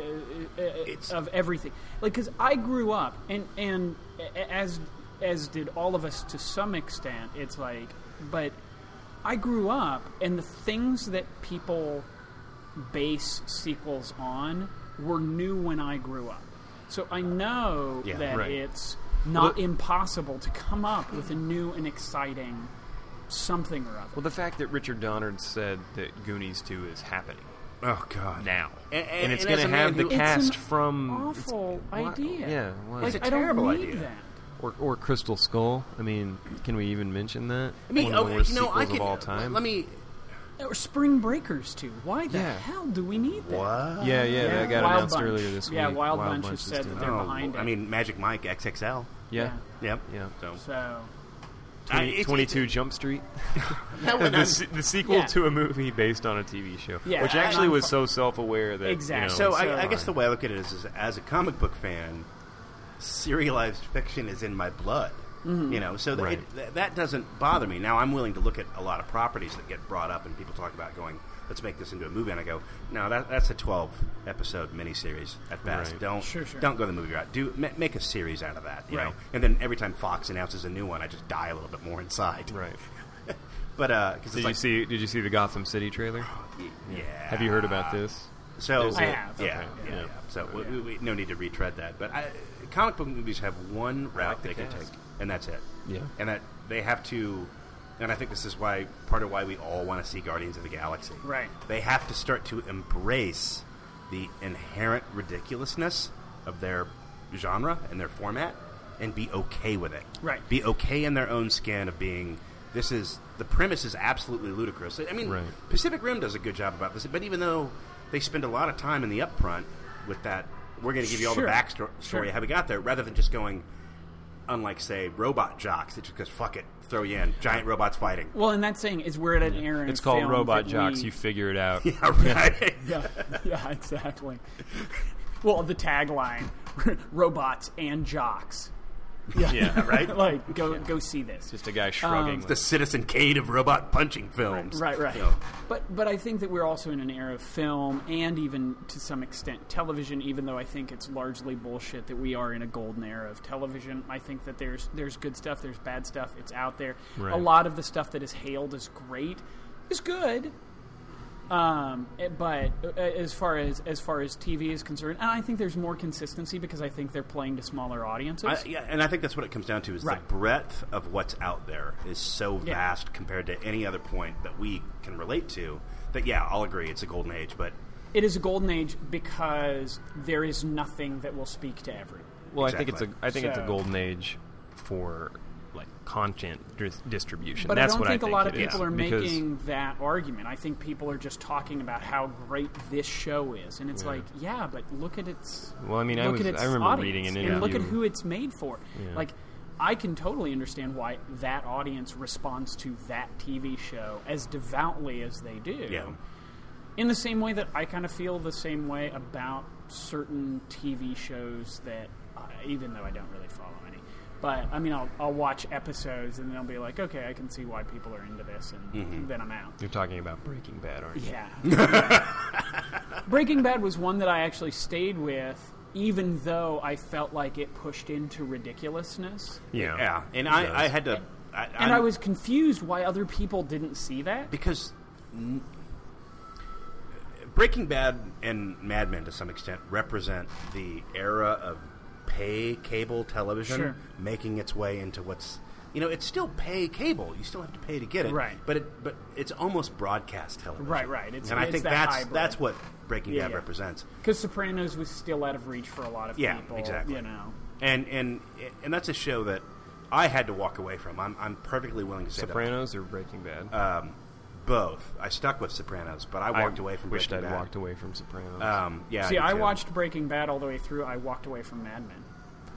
Speaker 3: It's-
Speaker 2: of everything. Like, because I grew up, and and a- a- as as did all of us to some extent. It's like, but I grew up, and the things that people base sequels on were new when I grew up. So I know
Speaker 3: Yeah,
Speaker 2: that
Speaker 1: right.
Speaker 2: it's not
Speaker 1: Well-
Speaker 2: impossible to come up with a new and exciting something or other.
Speaker 1: Well, the fact that Richard Donner said that Goonies 2 is happening
Speaker 3: Oh God.
Speaker 1: now,
Speaker 3: And- and-
Speaker 1: it's
Speaker 3: and
Speaker 1: going
Speaker 3: as
Speaker 1: to
Speaker 3: a man
Speaker 1: have the
Speaker 3: who-
Speaker 2: It's
Speaker 1: cast
Speaker 2: an
Speaker 1: from
Speaker 2: Awful
Speaker 1: Wha-
Speaker 2: idea.
Speaker 1: mm, yeah, why?
Speaker 2: like
Speaker 1: It's
Speaker 3: a
Speaker 2: I don't
Speaker 3: terrible
Speaker 2: need
Speaker 3: idea.
Speaker 2: that.
Speaker 1: or, or Crystal Skull. I mean, can we even mention that?
Speaker 3: I mean,
Speaker 1: One of
Speaker 3: oh,
Speaker 1: the worst
Speaker 3: you know,
Speaker 1: sequels
Speaker 3: I can,
Speaker 1: of all time.
Speaker 3: Let me.
Speaker 2: Or Spring Breakers too. Why the
Speaker 1: Yeah.
Speaker 2: hell do we need that?
Speaker 3: What?
Speaker 1: Yeah, yeah, that got
Speaker 2: Wild
Speaker 1: announced
Speaker 2: Bunch.
Speaker 1: earlier this
Speaker 2: Yeah,
Speaker 1: week.
Speaker 2: Wild Bunch has
Speaker 1: is
Speaker 2: said
Speaker 1: doing
Speaker 2: that they're- behind
Speaker 3: Oh, I
Speaker 2: it.
Speaker 3: mean, Magic Mike XXL.
Speaker 1: Yeah,
Speaker 3: Yep.
Speaker 1: yeah.
Speaker 3: So
Speaker 2: So
Speaker 3: I-
Speaker 1: 20,
Speaker 3: it's-
Speaker 1: 22 Jump Street. the, se- the sequel
Speaker 2: Yeah.
Speaker 1: to a movie based on a TV show,
Speaker 2: Yeah,
Speaker 1: which
Speaker 2: and
Speaker 1: actually
Speaker 2: I'm
Speaker 1: was
Speaker 2: fi-
Speaker 1: so self-aware that
Speaker 2: Exactly.
Speaker 1: You know,
Speaker 3: So
Speaker 1: it's-
Speaker 3: I, I
Speaker 2: So-
Speaker 3: guess the way I look at it is, is as a comic book fan, serialized fiction is in my blood. You know, so th-
Speaker 1: Right.
Speaker 3: it, th- that doesn't bother me. Now I'm willing to look at a lot of properties that get brought up and people talk about going, let's make this into a movie, and I go, no, that, that's a 12 episode miniseries at best.
Speaker 1: Right.
Speaker 3: Don't
Speaker 2: Sure, sure.
Speaker 3: don't go the movie route. Do ma- make a series out of that. You know,
Speaker 1: Right.
Speaker 3: and then every time Fox announces a new one, I just die a little bit more inside.
Speaker 1: right.
Speaker 3: But because
Speaker 1: Did
Speaker 3: it's
Speaker 1: you
Speaker 3: like,
Speaker 1: see? Did you see the Gotham City trailer?
Speaker 3: y- yeah.
Speaker 1: Have you heard about this?
Speaker 3: So
Speaker 1: There's I
Speaker 2: a- have.
Speaker 3: Yeah,
Speaker 1: Okay,
Speaker 3: yeah,
Speaker 1: yeah.
Speaker 3: yeah. So we, we, we, no need to retread that. But I, comic book movies have one route
Speaker 1: the
Speaker 3: they can
Speaker 1: cast.
Speaker 3: take, and that's it.
Speaker 1: Yeah.
Speaker 3: and that they have to. And I think this is why part of why we all want to see Guardians of the Galaxy.
Speaker 2: Right.
Speaker 3: They have to start to embrace the inherent ridiculousness of their genre and their format, and be okay with it.
Speaker 2: Right.
Speaker 3: Be okay in their own skin of being. This is the premise is absolutely ludicrous. I mean,
Speaker 1: Right.
Speaker 3: Pacific Rim does a good job about this, but even though they spend a lot of time in the upfront with that, we're going to give you all
Speaker 2: Sure.
Speaker 3: the backstory
Speaker 2: Sure.
Speaker 3: how we got there, rather than just going, unlike say Robot Jocks, it just goes fuck it, throw you in giant robots fighting.
Speaker 2: well, and that's saying is we're at an era. in
Speaker 1: It's called
Speaker 2: film
Speaker 1: Robot
Speaker 2: that
Speaker 1: Jocks.
Speaker 2: we-
Speaker 1: You figure it out.
Speaker 3: All right.
Speaker 2: yeah, yeah, exactly. Well, the tagline: robots and jocks.
Speaker 1: yeah,
Speaker 3: right.
Speaker 2: Like, go go see this.
Speaker 1: Just a guy shrugging.
Speaker 3: The Citizen Kane of robot punching films.
Speaker 2: Right, right.
Speaker 3: You know,
Speaker 2: But but I think that we're also in an era of film and even to some extent television. Even though I think it's largely bullshit that we are in a golden era of television. I think that there's there's good stuff, there's bad stuff. It's out there. A
Speaker 1: Right.
Speaker 2: lot of the stuff that is hailed as great is good. Um, eh, but uh, as far as as far as TV is concerned, and I think there's more consistency because I think they're playing to smaller audiences.
Speaker 3: I, Uh, yeah, and I think that's what it comes down to is
Speaker 2: Right.
Speaker 3: the breadth of what's out there is so
Speaker 2: Yeah.
Speaker 3: vast compared to any other point that we can relate to. That yeah, I'll agree, it's a golden age, but
Speaker 2: it is a golden age because there is nothing that will speak to everyone.
Speaker 1: well, I
Speaker 3: Exactly.
Speaker 1: think it's a I think it's a
Speaker 2: So-
Speaker 1: golden age for like content dis- distribution.
Speaker 2: But
Speaker 1: That's
Speaker 2: I don't
Speaker 1: what
Speaker 2: think,
Speaker 1: I think
Speaker 2: a lot of
Speaker 1: it is,
Speaker 2: people are
Speaker 1: because-
Speaker 2: making that argument. I think people are just talking about how great this show is, and it's like, yeah, but look at its.
Speaker 1: Well, I mean, I
Speaker 2: look
Speaker 1: was-
Speaker 2: at its
Speaker 1: I remember
Speaker 2: audience,
Speaker 1: reading an
Speaker 2: and look at
Speaker 1: interview.
Speaker 2: who it's made for. Like, I can totally understand why that audience responds to that TV show as devoutly as they do.
Speaker 3: yeah.
Speaker 2: In the same way that I kind of feel the same way about certain TV shows that, uh, even though I don't really follow any, but I mean, I'll, I'll watch episodes and then I'll be like, okay, I can see why people are into this, and then I'm out.
Speaker 1: You're talking about Breaking Bad, aren't you?
Speaker 2: Yeah. Breaking Bad was one that I actually stayed with, even though I felt like it pushed into ridiculousness.
Speaker 1: Yeah.
Speaker 3: Yeah, and
Speaker 1: It does.
Speaker 3: I, I had to. I,
Speaker 2: And
Speaker 3: I'm-
Speaker 2: i was confused why other people didn't see that.
Speaker 3: because n- Breaking Bad and Mad Men to some extent represent the era of pay cable television
Speaker 2: Sure.
Speaker 3: making its way into what's you know it's still pay cable you still have to pay to get it
Speaker 2: Right.
Speaker 3: but it but it's almost broadcast television
Speaker 2: Right, right. It's-
Speaker 3: and I
Speaker 2: it's
Speaker 3: think
Speaker 2: that
Speaker 3: that's
Speaker 2: hybrid.
Speaker 3: that's what Breaking
Speaker 2: Yeah,
Speaker 3: Bad
Speaker 2: yeah.
Speaker 3: represents
Speaker 2: Because Sopranos was still out of reach for a lot of
Speaker 3: Yeah,
Speaker 2: people.
Speaker 3: exactly.
Speaker 2: You know.
Speaker 3: and and and that's a show that I had to walk away from I'm I'm perfectly willing to say that
Speaker 1: Sopranos or Breaking Bad?
Speaker 3: both I stuck with Sopranos but I
Speaker 1: I
Speaker 3: walked away from
Speaker 1: wished
Speaker 3: Breaking
Speaker 1: I'd
Speaker 3: Bad
Speaker 1: walked away from Sopranos.
Speaker 3: um, yeah
Speaker 2: See,
Speaker 3: did
Speaker 2: I
Speaker 3: too.
Speaker 2: watched Breaking Bad all the way through. I walked away from Mad Men.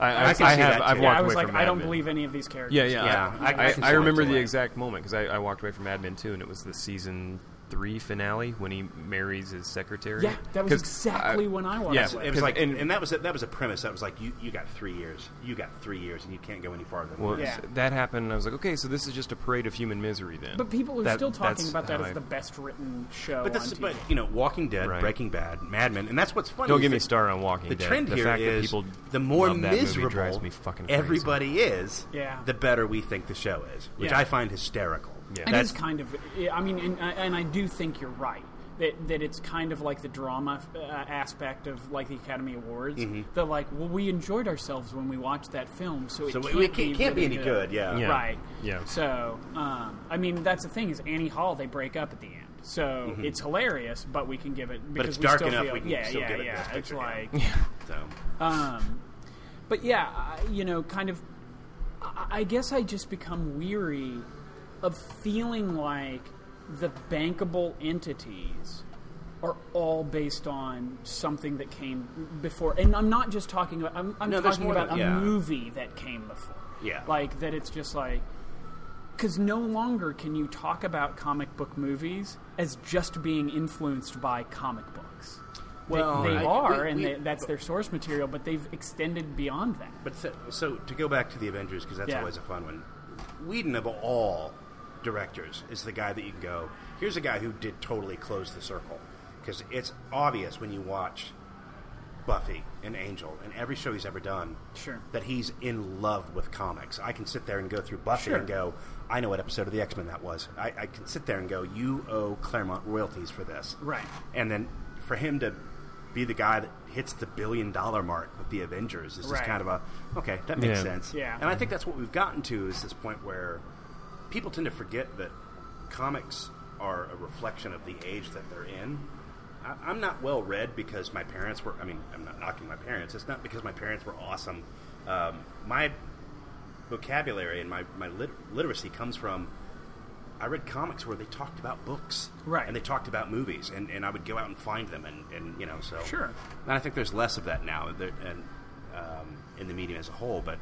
Speaker 1: I, I,
Speaker 3: I can see
Speaker 1: have.
Speaker 3: that,
Speaker 1: I've walked
Speaker 3: too. Yeah,
Speaker 2: I
Speaker 1: away
Speaker 2: was like,
Speaker 1: from
Speaker 2: I
Speaker 1: Mad
Speaker 2: don't
Speaker 1: Men.
Speaker 2: believe any of these characters.
Speaker 1: Yeah, yeah.
Speaker 3: Yeah, I- I
Speaker 1: I, I,
Speaker 3: can
Speaker 1: I
Speaker 3: see
Speaker 1: remember
Speaker 3: that.
Speaker 1: the exact moment because I, I walked away from Mad Men too, and it was the season three finale when he marries his secretary.
Speaker 2: Yeah, that was
Speaker 1: 'Cause
Speaker 2: exactly
Speaker 1: I-
Speaker 2: when I walked
Speaker 1: yeah.
Speaker 2: away.
Speaker 3: It was like, and,
Speaker 1: and-
Speaker 3: that was a, that was a premise. That was like, you, you got three years, you got three years, and you can't go any farther. Than
Speaker 1: Well,
Speaker 3: that.
Speaker 2: Yeah.
Speaker 1: that happened, and I was like, okay, so this is just a parade of human misery then.
Speaker 2: But people are
Speaker 1: That-
Speaker 2: still talking
Speaker 1: that's
Speaker 2: about that
Speaker 1: how
Speaker 2: as
Speaker 1: I-
Speaker 2: the best written show
Speaker 3: But
Speaker 2: on
Speaker 3: this,
Speaker 2: TV.
Speaker 3: but you know, Walking Dead,
Speaker 1: Right.
Speaker 3: Breaking Bad, Mad Men, and that's what's funny.
Speaker 1: Don't
Speaker 3: is
Speaker 1: get me
Speaker 3: that
Speaker 1: started on Walking
Speaker 3: The
Speaker 1: Dead.
Speaker 3: trend
Speaker 1: The
Speaker 3: here
Speaker 1: fact that
Speaker 3: is
Speaker 1: people
Speaker 3: the more
Speaker 1: love that movie
Speaker 3: miserable
Speaker 1: drives me fucking crazy.
Speaker 3: everybody is,
Speaker 2: Yeah.
Speaker 3: the better we think the show is, which
Speaker 2: Yeah.
Speaker 3: I find hysterical.
Speaker 1: Yeah.
Speaker 2: it is kind of. I mean, and, I- and I do think you're right that that it's kind of like the drama uh, aspect of like the Academy Awards.
Speaker 3: Mm-hmm.
Speaker 2: That like, well, we enjoyed ourselves when we watched that film, so it
Speaker 3: So we-
Speaker 2: can't,
Speaker 3: we can't-
Speaker 2: be,
Speaker 3: can't be
Speaker 2: really
Speaker 3: any good, yeah.
Speaker 1: Yeah.
Speaker 2: right.
Speaker 1: Yeah.
Speaker 2: So, um, I mean, that's the thing is Annie Hall. They break up at the end. So it's hilarious, but we can give it because
Speaker 3: Mm-hmm. it's
Speaker 2: we
Speaker 3: dark
Speaker 2: still
Speaker 3: enough
Speaker 2: Feel,
Speaker 3: we can
Speaker 2: yeah,
Speaker 3: still
Speaker 2: yeah,
Speaker 3: give it
Speaker 2: yeah.
Speaker 3: this
Speaker 2: it's
Speaker 3: picture, yeah.
Speaker 2: like
Speaker 3: So
Speaker 2: Um, but yeah, I, you know, kind of. I I guess I just become weary of feeling like the bankable entities are all based on something that came before. And I'm not just talking about. I'm, I'm
Speaker 1: No, there's
Speaker 2: talking
Speaker 1: more
Speaker 2: about
Speaker 1: than-
Speaker 2: a
Speaker 1: yeah.
Speaker 2: movie that came before.
Speaker 1: Yeah.
Speaker 2: Like that. It's just like because no longer can you talk about comic book movies as just being influenced by comic books.
Speaker 3: Well,
Speaker 2: they
Speaker 3: I-
Speaker 2: are,
Speaker 3: we-
Speaker 2: and
Speaker 3: we-
Speaker 2: they, that's their source material, but they've extended beyond that.
Speaker 3: But so, so to go back to the Avengers because that's
Speaker 2: Yeah.
Speaker 3: always a fun one. Whedon of all directors is the guy that you can go. Here's a guy who did totally close the circle because it's obvious when you watch Buffy and Angel and every show he's ever done
Speaker 2: Sure.
Speaker 3: that he's in love with comics. I can sit there and go through Buffy
Speaker 2: Sure.
Speaker 3: and go, I know what episode of the X Men that was. I, I can sit there and go, you owe Claremont royalties for this,
Speaker 2: Right.
Speaker 3: And then for him to be the guy that hits the billion dollar mark with the Avengers is just
Speaker 2: Right.
Speaker 3: kind of a okay, that makes
Speaker 1: Yeah.
Speaker 3: sense.
Speaker 2: Yeah.
Speaker 3: And I think that's what we've gotten to is this point where people tend to forget that comics are a reflection of the age that they're in. I, I'm not well read because my parents were. I mean, I'm not knocking my parents. It's not because my parents were awesome. Um, my vocabulary and my my lit- literacy comes from. I read comics where they talked about books,
Speaker 2: Right.
Speaker 3: And they talked about movies, and, and I would go out and find them, and, and you know, so
Speaker 2: Sure.
Speaker 3: and I think there's less of that now, that, and um, in the medium as a whole. But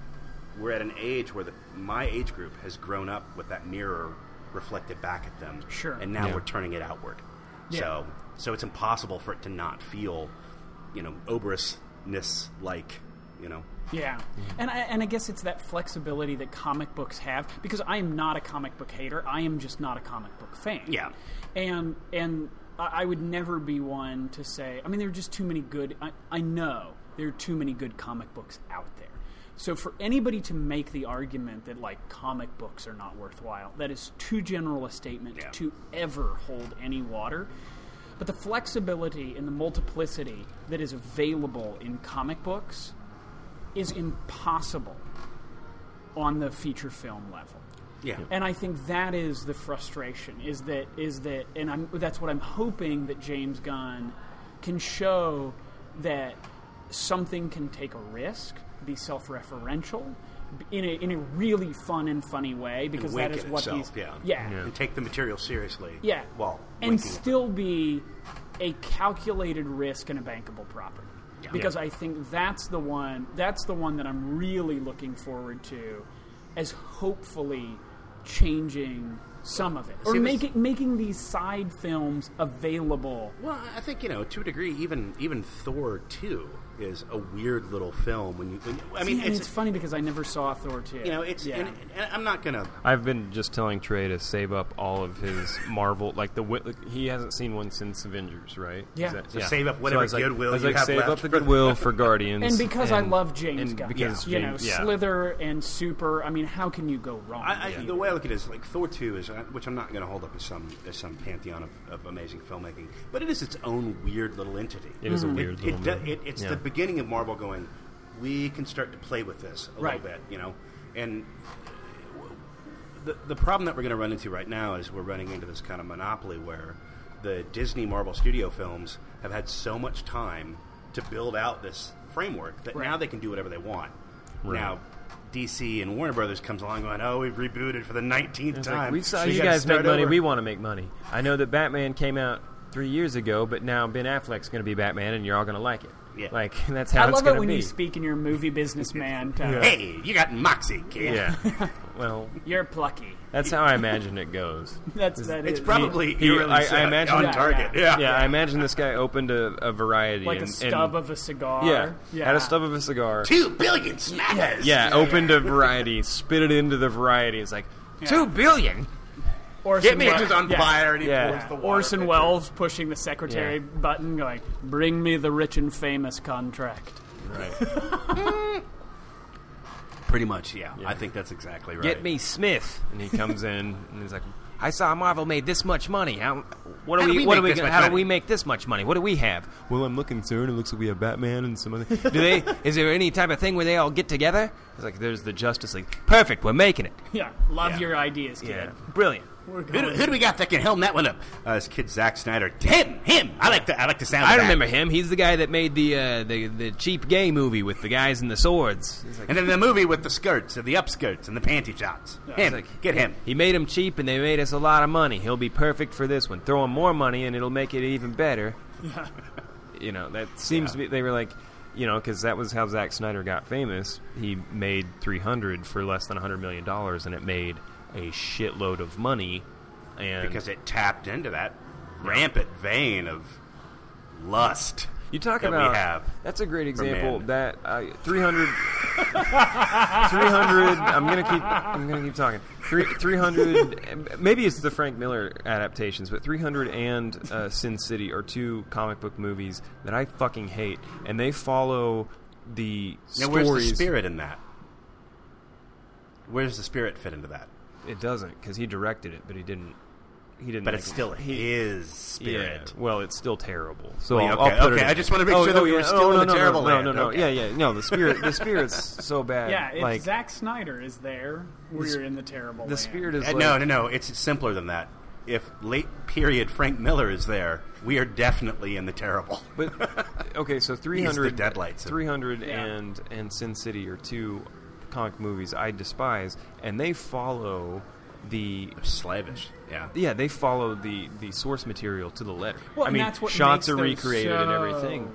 Speaker 3: we're at an age where the, my age group has grown up with that mirror reflected back at them.
Speaker 2: Sure.
Speaker 3: And now
Speaker 1: Yeah.
Speaker 3: we're turning it outward.
Speaker 2: Yeah.
Speaker 3: So, so it's impossible for it to not feel, you know, Oberousness like, you know.
Speaker 2: Yeah,
Speaker 3: Mm-hmm.
Speaker 2: and I, and I guess it's that flexibility that comic books have because I am not a comic book hater. I am just not a comic book fan.
Speaker 3: Yeah.
Speaker 2: and and I I would never be one to say. I mean, there are just too many good. I, I know there are too many good comic books out there. So for anybody to make the argument that like comic books are not worthwhile, that is too general a statement
Speaker 3: Yeah.
Speaker 2: to ever hold any water. But the flexibility and the multiplicity that is available in comic books is impossible on the feature film level.
Speaker 3: Yeah.
Speaker 2: And I think that is the frustration is that is that and I'm that's what I'm hoping that James Gunn can show that something can take a risk, be self-referential b- in a, in a really fun and funny way because that
Speaker 3: wink
Speaker 2: is
Speaker 3: at
Speaker 2: what
Speaker 3: itself,
Speaker 2: these
Speaker 3: yeah.
Speaker 2: yeah
Speaker 3: And take the material seriously.
Speaker 2: yeah.
Speaker 3: Well,
Speaker 2: and still be a calculated risk and a bankable property. Because I think that's the one that's the one that I'm really looking forward to as hopefully changing some of it or
Speaker 3: See, this-
Speaker 2: making making these side films available.
Speaker 3: Well, I think you know to a degree. Even even Thor two is a weird little film. When you, when you I mean,
Speaker 2: and it's,
Speaker 3: it's,
Speaker 2: funny because I never saw Thor 2.
Speaker 3: you know, it's.
Speaker 2: yeah.
Speaker 3: And, and I'm not gonna.
Speaker 1: I've been just telling Trey to save up all of his Marvel, like the wi- like, he hasn't seen one since Avengers, right?
Speaker 2: Yeah.
Speaker 1: Is that-
Speaker 3: So save up whatever
Speaker 1: I was like-
Speaker 3: goodwill
Speaker 1: I was
Speaker 3: you
Speaker 1: like,
Speaker 3: have
Speaker 1: save
Speaker 3: left
Speaker 1: up the
Speaker 3: for-
Speaker 1: goodwill for Guardians,
Speaker 2: and because I
Speaker 1: and-
Speaker 2: love James
Speaker 1: and
Speaker 2: Gunn,
Speaker 1: because
Speaker 2: you
Speaker 1: James,
Speaker 2: know,
Speaker 1: yeah.
Speaker 2: Slither and Super. I mean, how can you go wrong?
Speaker 3: I, I,
Speaker 2: with
Speaker 3: The
Speaker 2: either?
Speaker 3: way I look at it is like Thor two is, uh, which I'm not gonna hold up as some as some pantheon of, of amazing filmmaking, but it is its own weird little entity.
Speaker 1: It
Speaker 2: Mm-hmm.
Speaker 1: is a weird
Speaker 3: It,
Speaker 1: little
Speaker 3: do-
Speaker 1: movie.
Speaker 3: it, it's
Speaker 1: Yeah.
Speaker 3: the beginning of Marvel going. We can start to play with this a
Speaker 2: Right.
Speaker 3: little bit, you know, and the, the problem that we're going to run into right now is we're running into this kind of monopoly where the Disney Marvel Studio films have had so much time to build out this framework that now
Speaker 2: Right.
Speaker 3: they can do whatever they want.
Speaker 1: Right.
Speaker 3: Now, DC and Warner Brothers comes along going, "Oh, we've rebooted for the nineteenth
Speaker 1: It's like,
Speaker 3: time.
Speaker 1: we saw
Speaker 3: So
Speaker 1: you
Speaker 3: gotta
Speaker 1: guys make
Speaker 3: start
Speaker 1: money.
Speaker 3: over."
Speaker 1: We want to make money. I know that Batman came out three years ago, but now Ben Affleck's going to be Batman, and you're all going to like it.
Speaker 3: Yeah.
Speaker 1: Like that's how
Speaker 2: I
Speaker 1: it's
Speaker 2: love
Speaker 1: going
Speaker 2: it
Speaker 1: to
Speaker 2: when
Speaker 1: be.
Speaker 2: you speak in your movie businessman tone.
Speaker 3: Hey, you got Moxie, kid.
Speaker 1: yeah. well,
Speaker 2: You're plucky.
Speaker 1: that's how I imagine it goes.
Speaker 2: That's that
Speaker 3: It's
Speaker 2: is-
Speaker 3: probably
Speaker 1: He- he-
Speaker 3: eerily
Speaker 1: I- I
Speaker 3: set
Speaker 1: imagine-
Speaker 3: on
Speaker 2: Yeah,
Speaker 3: target.
Speaker 2: yeah.
Speaker 3: Yeah,
Speaker 1: Yeah, I imagine this guy opened a, a variety
Speaker 2: like
Speaker 1: and,
Speaker 2: a stub
Speaker 1: and-
Speaker 2: of a cigar.
Speaker 1: yeah, had a stub of a cigar.
Speaker 3: two billion smackers.
Speaker 1: Yeah, opened a variety, spit it into the variety. It's like
Speaker 4: Two billion.
Speaker 2: Orson
Speaker 3: get me
Speaker 2: Welles-
Speaker 3: just on
Speaker 2: yeah.
Speaker 3: fire. And he
Speaker 1: Yeah.
Speaker 3: pours the water
Speaker 2: Orson
Speaker 3: picture.
Speaker 2: Welles pushing the secretary
Speaker 1: Yeah.
Speaker 2: button, going, "Bring me the rich and famous contract."
Speaker 3: Pretty much, yeah. I think that's exactly right.
Speaker 4: Get me Smith.
Speaker 1: and he comes in and he's like,
Speaker 4: I saw Marvel made this much money. How? What do
Speaker 3: How do
Speaker 4: we?
Speaker 3: we
Speaker 4: what
Speaker 3: make
Speaker 4: do we?
Speaker 3: this
Speaker 4: go-
Speaker 3: much
Speaker 4: How do
Speaker 3: money?
Speaker 4: we make this much money? What do we have?
Speaker 1: "Well, I'm looking through, and it looks like we have Batman and some other."
Speaker 4: Do they? is there any type of thing where they all get together?
Speaker 1: it's like there's the Justice League.
Speaker 4: Perfect. We're making it.
Speaker 2: Yeah, love
Speaker 3: Yeah.
Speaker 2: your ideas, kid.
Speaker 4: Brilliant.
Speaker 2: We're
Speaker 3: Who do,
Speaker 2: going.
Speaker 3: who do we got that can helm that one up? Uh, this kid Zack Snyder. Him, him. I like the I like the sound. of
Speaker 1: I
Speaker 3: that.
Speaker 1: remember him. He's the guy that made the uh, the the cheap gay movie with the guys and the swords. It's like-
Speaker 3: And then the movie with the skirts and the upskirts and the panty shots. Him,
Speaker 1: like-
Speaker 3: get him.
Speaker 1: He made him cheap, and they made us a lot of money. He'll be perfect for this one. Throw him more money, and it'll make it even better. you know, that seems to be. They were like, you know, because that was how Zack Snyder got famous. He made 300 for less than 100 million dollars, and it made a shitload of money. And
Speaker 3: Because it tapped into that rampant vein of lust.
Speaker 1: You talk
Speaker 3: that we
Speaker 1: about
Speaker 3: have
Speaker 1: That's a great example.
Speaker 3: men.
Speaker 1: That uh, 300, 300 I'm gonna keep. I'm gonna keep talking. Three, 300. Maybe it's the Frank Miller adaptations, but 300 and uh, Sin City are two comic book movies that I fucking hate, and they follow the
Speaker 3: Now,
Speaker 1: stories.
Speaker 3: where's the spirit in that? Where does the spirit fit into that?
Speaker 1: It doesn't because he directed it, but he didn't. He didn't.
Speaker 3: But
Speaker 1: make
Speaker 3: it's
Speaker 1: it.
Speaker 3: still his
Speaker 1: Yeah.
Speaker 3: spirit. Uh,
Speaker 1: Well, it's still terrible. So
Speaker 3: Well,
Speaker 1: I'll,
Speaker 3: okay,
Speaker 1: I'll put
Speaker 3: okay,
Speaker 1: it in. Oh,
Speaker 3: I just wanna make sure that we were still in
Speaker 1: no,
Speaker 3: the
Speaker 1: no,
Speaker 3: terrible
Speaker 1: no,
Speaker 3: land.
Speaker 1: No, no, no.
Speaker 3: Okay.
Speaker 1: Yeah, yeah. No, the spirit. The spirit's so bad.
Speaker 2: Yeah, if
Speaker 1: like
Speaker 2: Zack Snyder is there, we're in the terrible.
Speaker 1: the spirit is
Speaker 3: Uh,
Speaker 1: like,
Speaker 3: no, no, no. It's simpler than that. If late period Frank Miller is there, we are definitely in the terrible.
Speaker 1: But okay, so 300
Speaker 3: deadlights of-
Speaker 1: 300
Speaker 2: Yeah.
Speaker 1: and and Sin City are two comic movies I despise, and they follow the.
Speaker 3: Slavish. Yeah.
Speaker 1: Yeah, they follow the, the source material to the letter.
Speaker 2: Well,
Speaker 1: I
Speaker 2: and
Speaker 1: mean,
Speaker 2: that's what
Speaker 1: shots
Speaker 2: makes
Speaker 1: are
Speaker 2: those
Speaker 1: recreated and everything.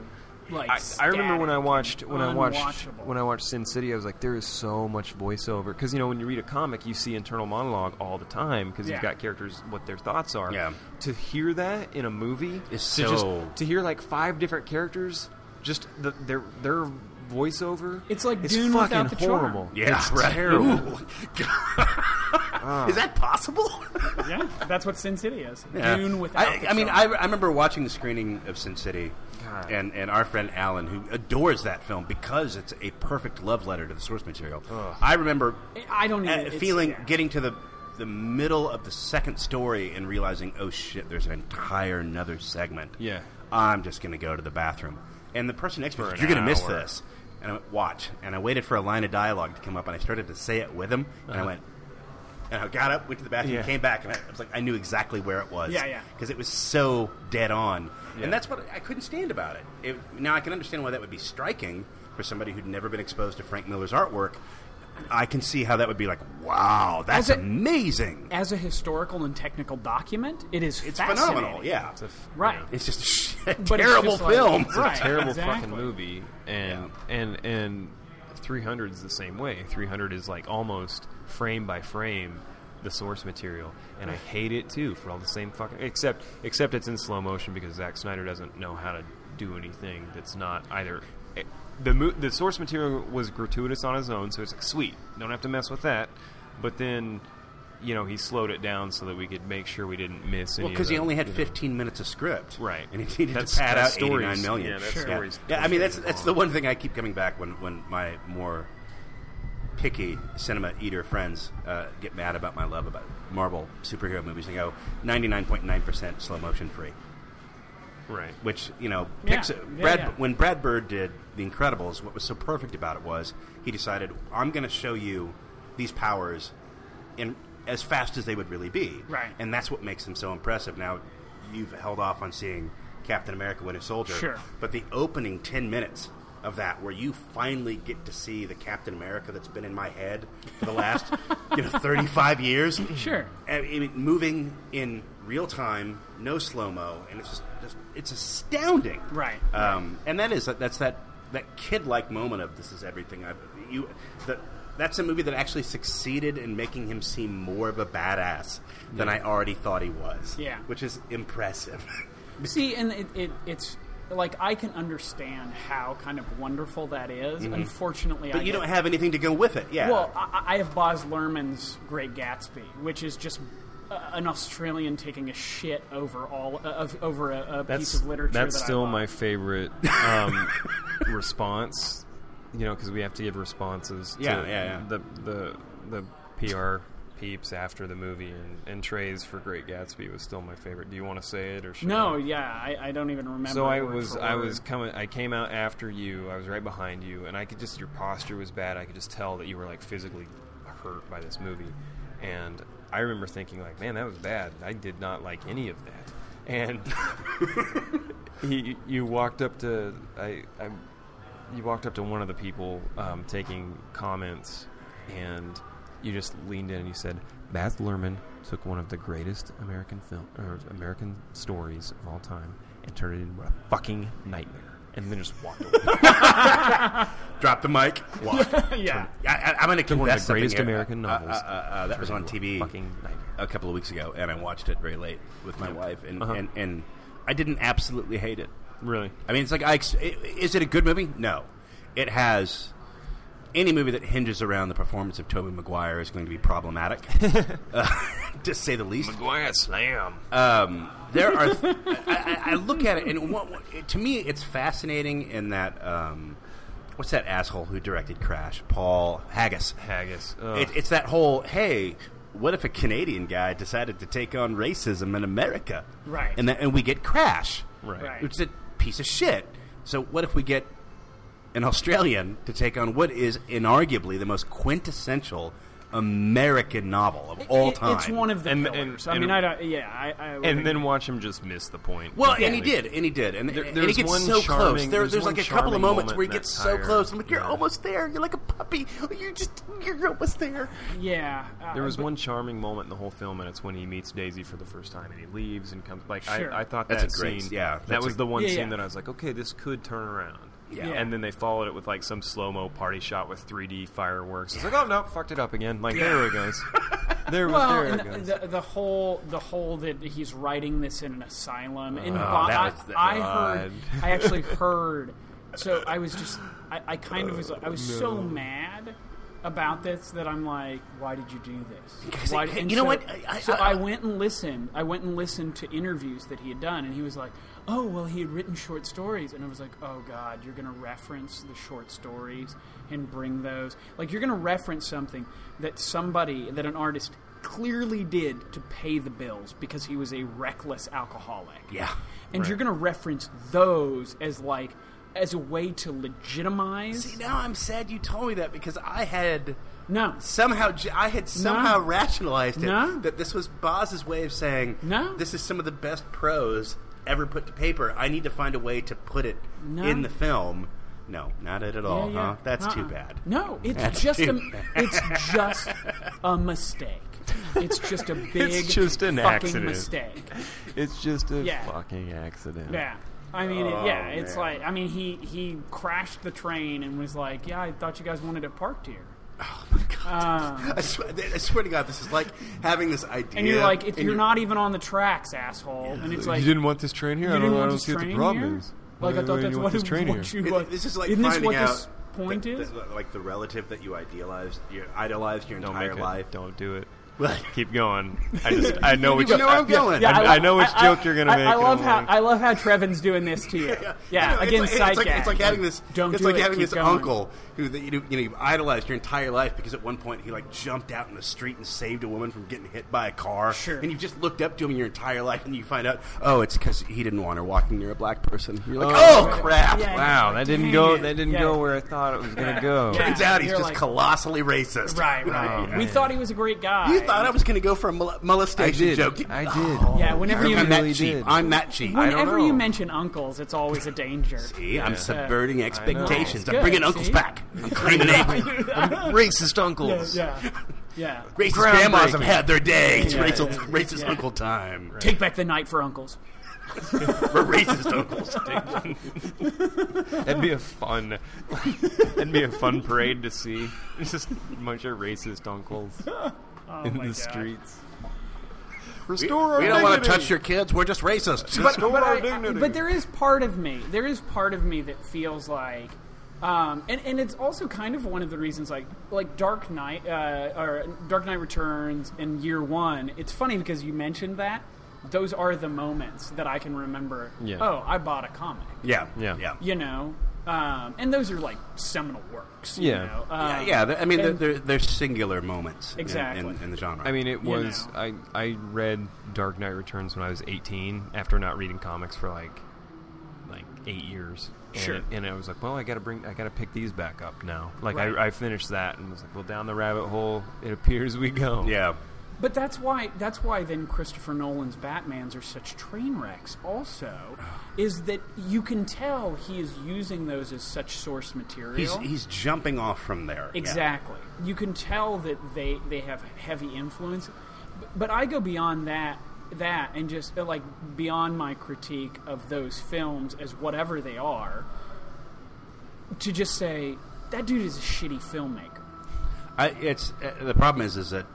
Speaker 2: so, Like,
Speaker 1: I, I remember when I
Speaker 2: static
Speaker 1: watched
Speaker 2: and
Speaker 1: when I watched
Speaker 2: unwatchable.
Speaker 1: when I watched Sin City, I was like, there is so much voiceover because you know when you read a comic, you see internal monologue all the time because
Speaker 2: Yeah.
Speaker 1: you've got characters what their thoughts are.
Speaker 3: Yeah.
Speaker 1: To hear that in a movie
Speaker 3: It's
Speaker 1: to
Speaker 3: so-
Speaker 1: just to hear like five different characters, just the, their their voiceover.
Speaker 2: It's like
Speaker 1: is
Speaker 2: Dune
Speaker 1: fucking
Speaker 2: without the charm.
Speaker 1: horrible.
Speaker 3: Yeah,
Speaker 1: it's
Speaker 3: right.
Speaker 1: terrible.
Speaker 3: Ooh. is that possible?
Speaker 2: yeah, that's what Sin City is.
Speaker 3: Yeah.
Speaker 2: Dune without.
Speaker 3: I,
Speaker 2: the
Speaker 3: I mean,
Speaker 2: charm.
Speaker 3: I, I remember watching the screening of Sin City,
Speaker 1: God.
Speaker 3: and and our friend Alan, who adores that film because it's a perfect love letter to the source material. I remember
Speaker 2: I don't even
Speaker 3: uh,
Speaker 2: it's-
Speaker 3: feeling
Speaker 2: yeah.
Speaker 3: getting to the the middle of the second story and realizing, oh shit, there's an entire another segment.
Speaker 1: Yeah.
Speaker 3: I'm just gonna go to the bathroom, and the person next to me,
Speaker 1: For
Speaker 3: said,
Speaker 1: an
Speaker 3: you're gonna miss
Speaker 1: hour.
Speaker 3: this, and I went, watch, and I waited for a line of dialogue to come up, and I started to say it with him,
Speaker 1: Uh-huh.
Speaker 3: and I went. And I got up, went to the bathroom,
Speaker 1: Yeah.
Speaker 3: came back, and I I was like, I knew exactly where it was.
Speaker 2: Yeah, yeah.
Speaker 3: Because it was so dead on,
Speaker 1: Yeah.
Speaker 3: and that's what I couldn't stand about it. it. Now I can understand why that would be striking for somebody who'd never been exposed to Frank Miller's artwork. I can see how that would be like, wow, that's
Speaker 2: As a-
Speaker 3: amazing.
Speaker 2: as a historical and technical document, it is
Speaker 3: It's
Speaker 2: fascinating.
Speaker 3: phenomenal. Yeah,
Speaker 1: It's a f-
Speaker 2: Right.
Speaker 3: it's just a
Speaker 2: But it's
Speaker 3: terrible
Speaker 2: just like-
Speaker 3: film.
Speaker 2: Right.
Speaker 1: terrible
Speaker 2: exactly.
Speaker 1: fucking movie and and and 300 is the same way 300 is like almost frame by frame the source material and i hate it too for all the same fucking except except it's in slow motion because Zack snyder doesn't know how to do anything that's not either eh, the mo- the source material was gratuitous on his own so it's like sweet don't have to mess with that but then you know he slowed it down so that we could make sure we didn't miss
Speaker 3: Well,
Speaker 1: any
Speaker 3: because
Speaker 1: of the-
Speaker 3: he only had
Speaker 1: you know.
Speaker 3: 15 minutes of script,
Speaker 1: Right.
Speaker 3: And he needed
Speaker 1: That's-
Speaker 3: to pad out
Speaker 1: that's
Speaker 3: 89
Speaker 1: stories.
Speaker 3: million.
Speaker 1: Yeah, that's
Speaker 3: yeah.
Speaker 1: stories.
Speaker 3: Yeah, I mean that's that's the
Speaker 1: Long.
Speaker 3: one thing I keep coming back when when my more picky cinema eater friends uh, get mad about my love about Marvel superhero movies. They go 99.9 percent slow motion free,
Speaker 1: right
Speaker 3: which you know
Speaker 2: Yeah.
Speaker 3: Pixar,
Speaker 2: Yeah,
Speaker 3: Brad
Speaker 2: yeah.
Speaker 3: when Brad Bird did The Incredibles, what was so perfect about it was he decided I'm going to show you these powers in as fast as they would really be,
Speaker 2: Right.
Speaker 3: And that's what makes them so impressive. Now you've held off on seeing Captain America: Winter Soldier,
Speaker 2: Sure.
Speaker 3: but the opening ten minutes of that, where you finally get to see the Captain America that's been in my head for the last you know 35 years,
Speaker 2: Sure.
Speaker 3: I mean, moving in real time, no slow mo, and it's just, just it's astounding.
Speaker 2: Right.
Speaker 3: Um, and that is that's that that kid like moment of this is everything I've you that that's a movie that actually succeeded in making him seem more of a badass than I already thought he was.
Speaker 2: Yeah.
Speaker 3: which is impressive.
Speaker 2: See, and it, it, it's like I can understand how kind of wonderful that is. Unfortunately,
Speaker 3: Mm-hmm. but
Speaker 2: I
Speaker 3: you
Speaker 2: get-
Speaker 3: don't have anything to go with it. Yeah.
Speaker 2: Well, I, I have Boz Lerman's Great Gatsby, which is just uh, an Australian taking a shit over all uh, of, over a, a piece of literature.
Speaker 1: That's
Speaker 2: that I
Speaker 1: still
Speaker 2: love.
Speaker 1: my favorite um, response. You know, because we have to give responses. To
Speaker 3: Yeah, yeah, yeah.
Speaker 1: The the the PR peeps after the movie and, and Trey's for Great Gatsby was still my favorite. Do you want to say it or should
Speaker 2: No,
Speaker 1: I?
Speaker 2: yeah, I, I don't even remember.
Speaker 1: So I
Speaker 2: word
Speaker 1: was
Speaker 2: for
Speaker 1: I
Speaker 2: word.
Speaker 1: was coming I came out after you. I was right behind you and I could just your posture was bad. I could just tell that you were like physically hurt by this movie. And I remember thinking like, man, that was bad. I did not like any of that. And he, you walked up to I, I, you walked up to one of the people um, taking comments, and you just leaned in and you said, Baz Luhrmann took one of the greatest American film or American stories of all time and turned it into a fucking nightmare, and then just walked away.
Speaker 3: Drop the mic. Walk.
Speaker 2: yeah.
Speaker 3: I, I, I'm going to confess
Speaker 1: one of the
Speaker 3: something
Speaker 1: greatest
Speaker 3: here.
Speaker 1: American
Speaker 3: Uh, uh,
Speaker 1: novels.
Speaker 3: uh, uh, that was on TV
Speaker 1: Fucking nightmare.
Speaker 3: a couple of weeks ago, and I watched it very late with my wife, and, and, and I didn't absolutely hate it.
Speaker 1: Really?
Speaker 3: I mean, it's like, I ex- i- is it a good movie? No. It has any movie that hinges around the performance of Toby Maguire is going to be problematic, uh, to say the least.
Speaker 1: Maguire slam.
Speaker 3: Um, there are. I, I, I look at it, and what, what- to me, it's fascinating in that. Um, what's that asshole who directed Crash? Paul Haggis.
Speaker 1: Haggis. Ugh.
Speaker 3: It, it's that whole hey. What if a Canadian guy decided to take on racism in America?
Speaker 2: Right.
Speaker 3: and that, and we get Crash,
Speaker 1: right.
Speaker 2: Right.
Speaker 3: which is a piece of shit. So what if we get an Australian to take on what is inarguably the most quintessential American novel of all
Speaker 2: It-
Speaker 3: time?
Speaker 2: It's one of the
Speaker 1: And- and-
Speaker 2: pillars. I
Speaker 1: and-
Speaker 2: mean, I don't. Yeah, I. I would
Speaker 1: And
Speaker 2: agree.
Speaker 1: then watch him just miss the point.
Speaker 3: Well, and he
Speaker 1: Completely.
Speaker 3: did, and he did, and,
Speaker 1: There-
Speaker 3: and he
Speaker 1: there's
Speaker 3: gets
Speaker 1: one
Speaker 3: so close.
Speaker 1: charming-
Speaker 3: There,
Speaker 1: there's
Speaker 3: there's,
Speaker 1: one
Speaker 3: like a couple
Speaker 1: charming
Speaker 3: of moments
Speaker 1: moment
Speaker 3: where he
Speaker 1: in
Speaker 3: gets
Speaker 1: that
Speaker 3: so
Speaker 1: entire-
Speaker 3: close. I'm like, you're
Speaker 1: yeah.
Speaker 3: almost there. You're like a puppy. You're just, you're almost there.
Speaker 2: Yeah. uh,
Speaker 1: There was
Speaker 2: but-
Speaker 1: one charming moment in the whole film, and it's when he meets Daisy for the first time, and he leaves and comes. Like
Speaker 2: Sure.
Speaker 1: I, I thought
Speaker 3: That's
Speaker 1: that
Speaker 3: a great-
Speaker 1: scene,
Speaker 3: yeah,
Speaker 1: that
Speaker 3: that's
Speaker 1: was
Speaker 3: a-
Speaker 1: the one
Speaker 2: Yeah,
Speaker 1: scene
Speaker 2: yeah.
Speaker 1: that I was like, okay, this could turn around.
Speaker 3: Yeah.
Speaker 1: And then they followed it with like some slow mo party shot with 3D fireworks. It's like, oh no, fucked it up again. Like there it goes. There,
Speaker 2: Well,
Speaker 1: there it
Speaker 2: and
Speaker 1: goes.
Speaker 2: the, the whole the whole that he's writing this in an asylum. And Bob,
Speaker 3: Oh, that was-
Speaker 2: I, I heard,
Speaker 1: God.
Speaker 2: I actually heard. So I was just, I, I kind of was, I was so mad about this that I'm like, why did you do this? Why,
Speaker 3: hey,
Speaker 2: and
Speaker 3: you know
Speaker 2: so-
Speaker 3: what? I- I-
Speaker 2: so
Speaker 3: I-
Speaker 2: I went and listened. I went and listened to interviews that he had done, and he was like, "Oh, well, he had written short stories," and I was like, "Oh God, you're going to reference the short stories and bring those like you're going to reference something that somebody that an artist clearly did to pay the bills because he was a reckless alcoholic."
Speaker 3: Yeah.
Speaker 2: and you're going to reference those as like as a way to legitimize
Speaker 3: See, now I'm sad you told me that because I had
Speaker 2: no
Speaker 3: somehow, j- I had somehow rationalized it
Speaker 2: No.
Speaker 3: that this was Boz's way of saying,
Speaker 2: No.
Speaker 3: this is some of the best prose ever put to paper. I need to find a way to put it
Speaker 2: No.
Speaker 3: in the film. No, not it at
Speaker 2: Yeah,
Speaker 3: all,
Speaker 2: yeah.
Speaker 3: Oh, huh? That's too
Speaker 2: Uh-uh.
Speaker 3: bad.
Speaker 2: No, it's
Speaker 3: That's
Speaker 2: just
Speaker 3: too
Speaker 2: a it's just a mistake. It's just a big
Speaker 1: just an
Speaker 2: fucking
Speaker 1: accident.
Speaker 2: mistake.
Speaker 1: it's just a
Speaker 2: Yeah.
Speaker 1: fucking accident.
Speaker 2: Yeah. I mean, it, yeah, it's like I mean, he he crashed the train and was like, "Yeah, I thought you guys wanted it parked here." Oh Um,
Speaker 3: I swear, I swear to God, this is like having this idea.
Speaker 2: and you're like, if
Speaker 3: and
Speaker 2: "You're not even on the tracks, asshole." And it's like,
Speaker 7: you didn't want this train here.
Speaker 2: "You
Speaker 7: I don't,
Speaker 2: didn't
Speaker 7: I
Speaker 2: want
Speaker 7: don't
Speaker 2: this
Speaker 7: see what the
Speaker 2: train
Speaker 7: problem
Speaker 2: here?"
Speaker 7: is.
Speaker 2: Like,
Speaker 7: Why-
Speaker 2: I
Speaker 7: why
Speaker 2: thought
Speaker 7: do
Speaker 2: that's
Speaker 7: you
Speaker 2: what,
Speaker 7: want this train
Speaker 2: what
Speaker 7: here?
Speaker 2: you
Speaker 3: It-
Speaker 2: like.
Speaker 3: this is like
Speaker 2: isn't this
Speaker 3: finding
Speaker 2: what
Speaker 3: out
Speaker 2: this point
Speaker 3: that-
Speaker 2: is?
Speaker 3: that- like the relative that you idealized, you idolized your
Speaker 1: Don't
Speaker 3: entire
Speaker 1: make it.
Speaker 3: life.
Speaker 1: Don't do it.
Speaker 3: Well,
Speaker 1: Keep going. I just I know which
Speaker 3: You know where I'm going.
Speaker 1: I,
Speaker 2: lo-
Speaker 1: I know which joke you're gonna
Speaker 2: I-
Speaker 1: make.
Speaker 2: I
Speaker 1: and
Speaker 2: love
Speaker 1: I'm
Speaker 2: how
Speaker 1: like-
Speaker 2: I love how Trevin's doing this to you. Yeah,
Speaker 3: I know,
Speaker 2: again,
Speaker 3: it's like,
Speaker 2: side
Speaker 3: it's, like,
Speaker 2: gag.
Speaker 3: it's like having this.
Speaker 2: Don't
Speaker 3: it's
Speaker 2: do
Speaker 3: like
Speaker 2: it,
Speaker 3: having
Speaker 2: keep
Speaker 3: this
Speaker 2: going.
Speaker 3: uncle who that you, do- you know you idolized your entire life because at one point he like jumped out in the street and saved a woman from getting hit by a car.
Speaker 2: Sure.
Speaker 3: And you just looked up to him your entire life and you find out oh it's because he didn't want her walking near a black person. You're like oh,
Speaker 1: Oh.
Speaker 3: crap.
Speaker 2: Yeah.
Speaker 1: Wow, that didn't
Speaker 2: Dang
Speaker 1: go.
Speaker 2: it.
Speaker 1: That didn't
Speaker 2: Yeah.
Speaker 1: go where I thought it was gonna go.
Speaker 2: Yeah.
Speaker 3: Turns out he's
Speaker 2: You're
Speaker 3: just
Speaker 2: like-
Speaker 3: colossally racist.
Speaker 2: Right, right.
Speaker 1: Oh,
Speaker 2: we
Speaker 1: man.
Speaker 2: thought he was a great guy.
Speaker 3: You thought I was going to go for a mol-
Speaker 7: I
Speaker 3: molestation
Speaker 7: did.
Speaker 3: joke.
Speaker 7: I did.
Speaker 2: Yeah, whenever you
Speaker 3: I'm
Speaker 7: really
Speaker 3: that cheap.
Speaker 7: did.
Speaker 3: I'm that cheap.
Speaker 1: I don't
Speaker 2: whenever you
Speaker 1: know.
Speaker 2: mention uncles, it's always a danger.
Speaker 3: See, I'm subverting expectations.
Speaker 2: That's
Speaker 3: I'm bringing
Speaker 2: good,
Speaker 3: uncles
Speaker 2: see?
Speaker 3: back. I'm claiming acres.
Speaker 1: Racist uncles.
Speaker 2: yeah, yeah.
Speaker 3: Racist grandmas have
Speaker 1: Groundbreaking.
Speaker 3: had their day. It's
Speaker 2: Yeah,
Speaker 3: racial,
Speaker 2: yeah,
Speaker 3: racist
Speaker 2: yeah.
Speaker 3: uncle time.
Speaker 2: Take back the night for uncles.
Speaker 3: We're racist uncles.
Speaker 1: That'd be a fun. that'd be a fun parade to see. It's just a bunch of racist uncles in the
Speaker 2: Oh my God.
Speaker 1: streets.
Speaker 3: we,
Speaker 1: Restore our
Speaker 3: we don't want to
Speaker 1: dignity.
Speaker 3: touch your kids. We're just racist.
Speaker 2: But,
Speaker 1: Restore
Speaker 2: but
Speaker 1: our
Speaker 2: I-
Speaker 1: dignity.
Speaker 2: but there is part of me. There is part of me that feels like. Um, and, and it's also kind of one of the reasons, like like Dark Knight uh, or Dark Knight Returns and Year One. It's funny because you mentioned that; those are the moments that I can remember.
Speaker 1: Yeah.
Speaker 2: Oh, I bought a comic.
Speaker 3: yeah,
Speaker 1: Yeah.
Speaker 3: yeah,
Speaker 2: you know, um, and those are like seminal works. You
Speaker 1: Yeah.
Speaker 2: know?
Speaker 3: yeah.
Speaker 2: Um,
Speaker 3: yeah th- I mean, they're,
Speaker 2: and-
Speaker 3: they're, they're singular moments in- in,
Speaker 2: Exactly.
Speaker 3: in, the genre.
Speaker 1: I mean, it
Speaker 2: You
Speaker 1: was.
Speaker 2: know.
Speaker 1: I I read Dark Knight Returns when I was 18. After not reading comics for like like eight years. And
Speaker 2: Sure.
Speaker 1: It, and I was like, well, I gotta bring. I gotta pick these back up now. Like
Speaker 2: Right.
Speaker 1: I, I finished that and was like, well, down the rabbit hole it appears we go.
Speaker 3: yeah.
Speaker 2: But that's why that's why then Christopher Nolan's Batmans are such train wrecks also is that you can tell he is using those as such source material.
Speaker 3: He's, he's jumping off from there. yeah.
Speaker 2: Exactly. You can tell that they they have heavy influence, B- but I go beyond that that and just uh, like beyond my critique of those films as whatever they are to just say that dude is a shitty filmmaker.
Speaker 3: I, it's uh, the problem is is that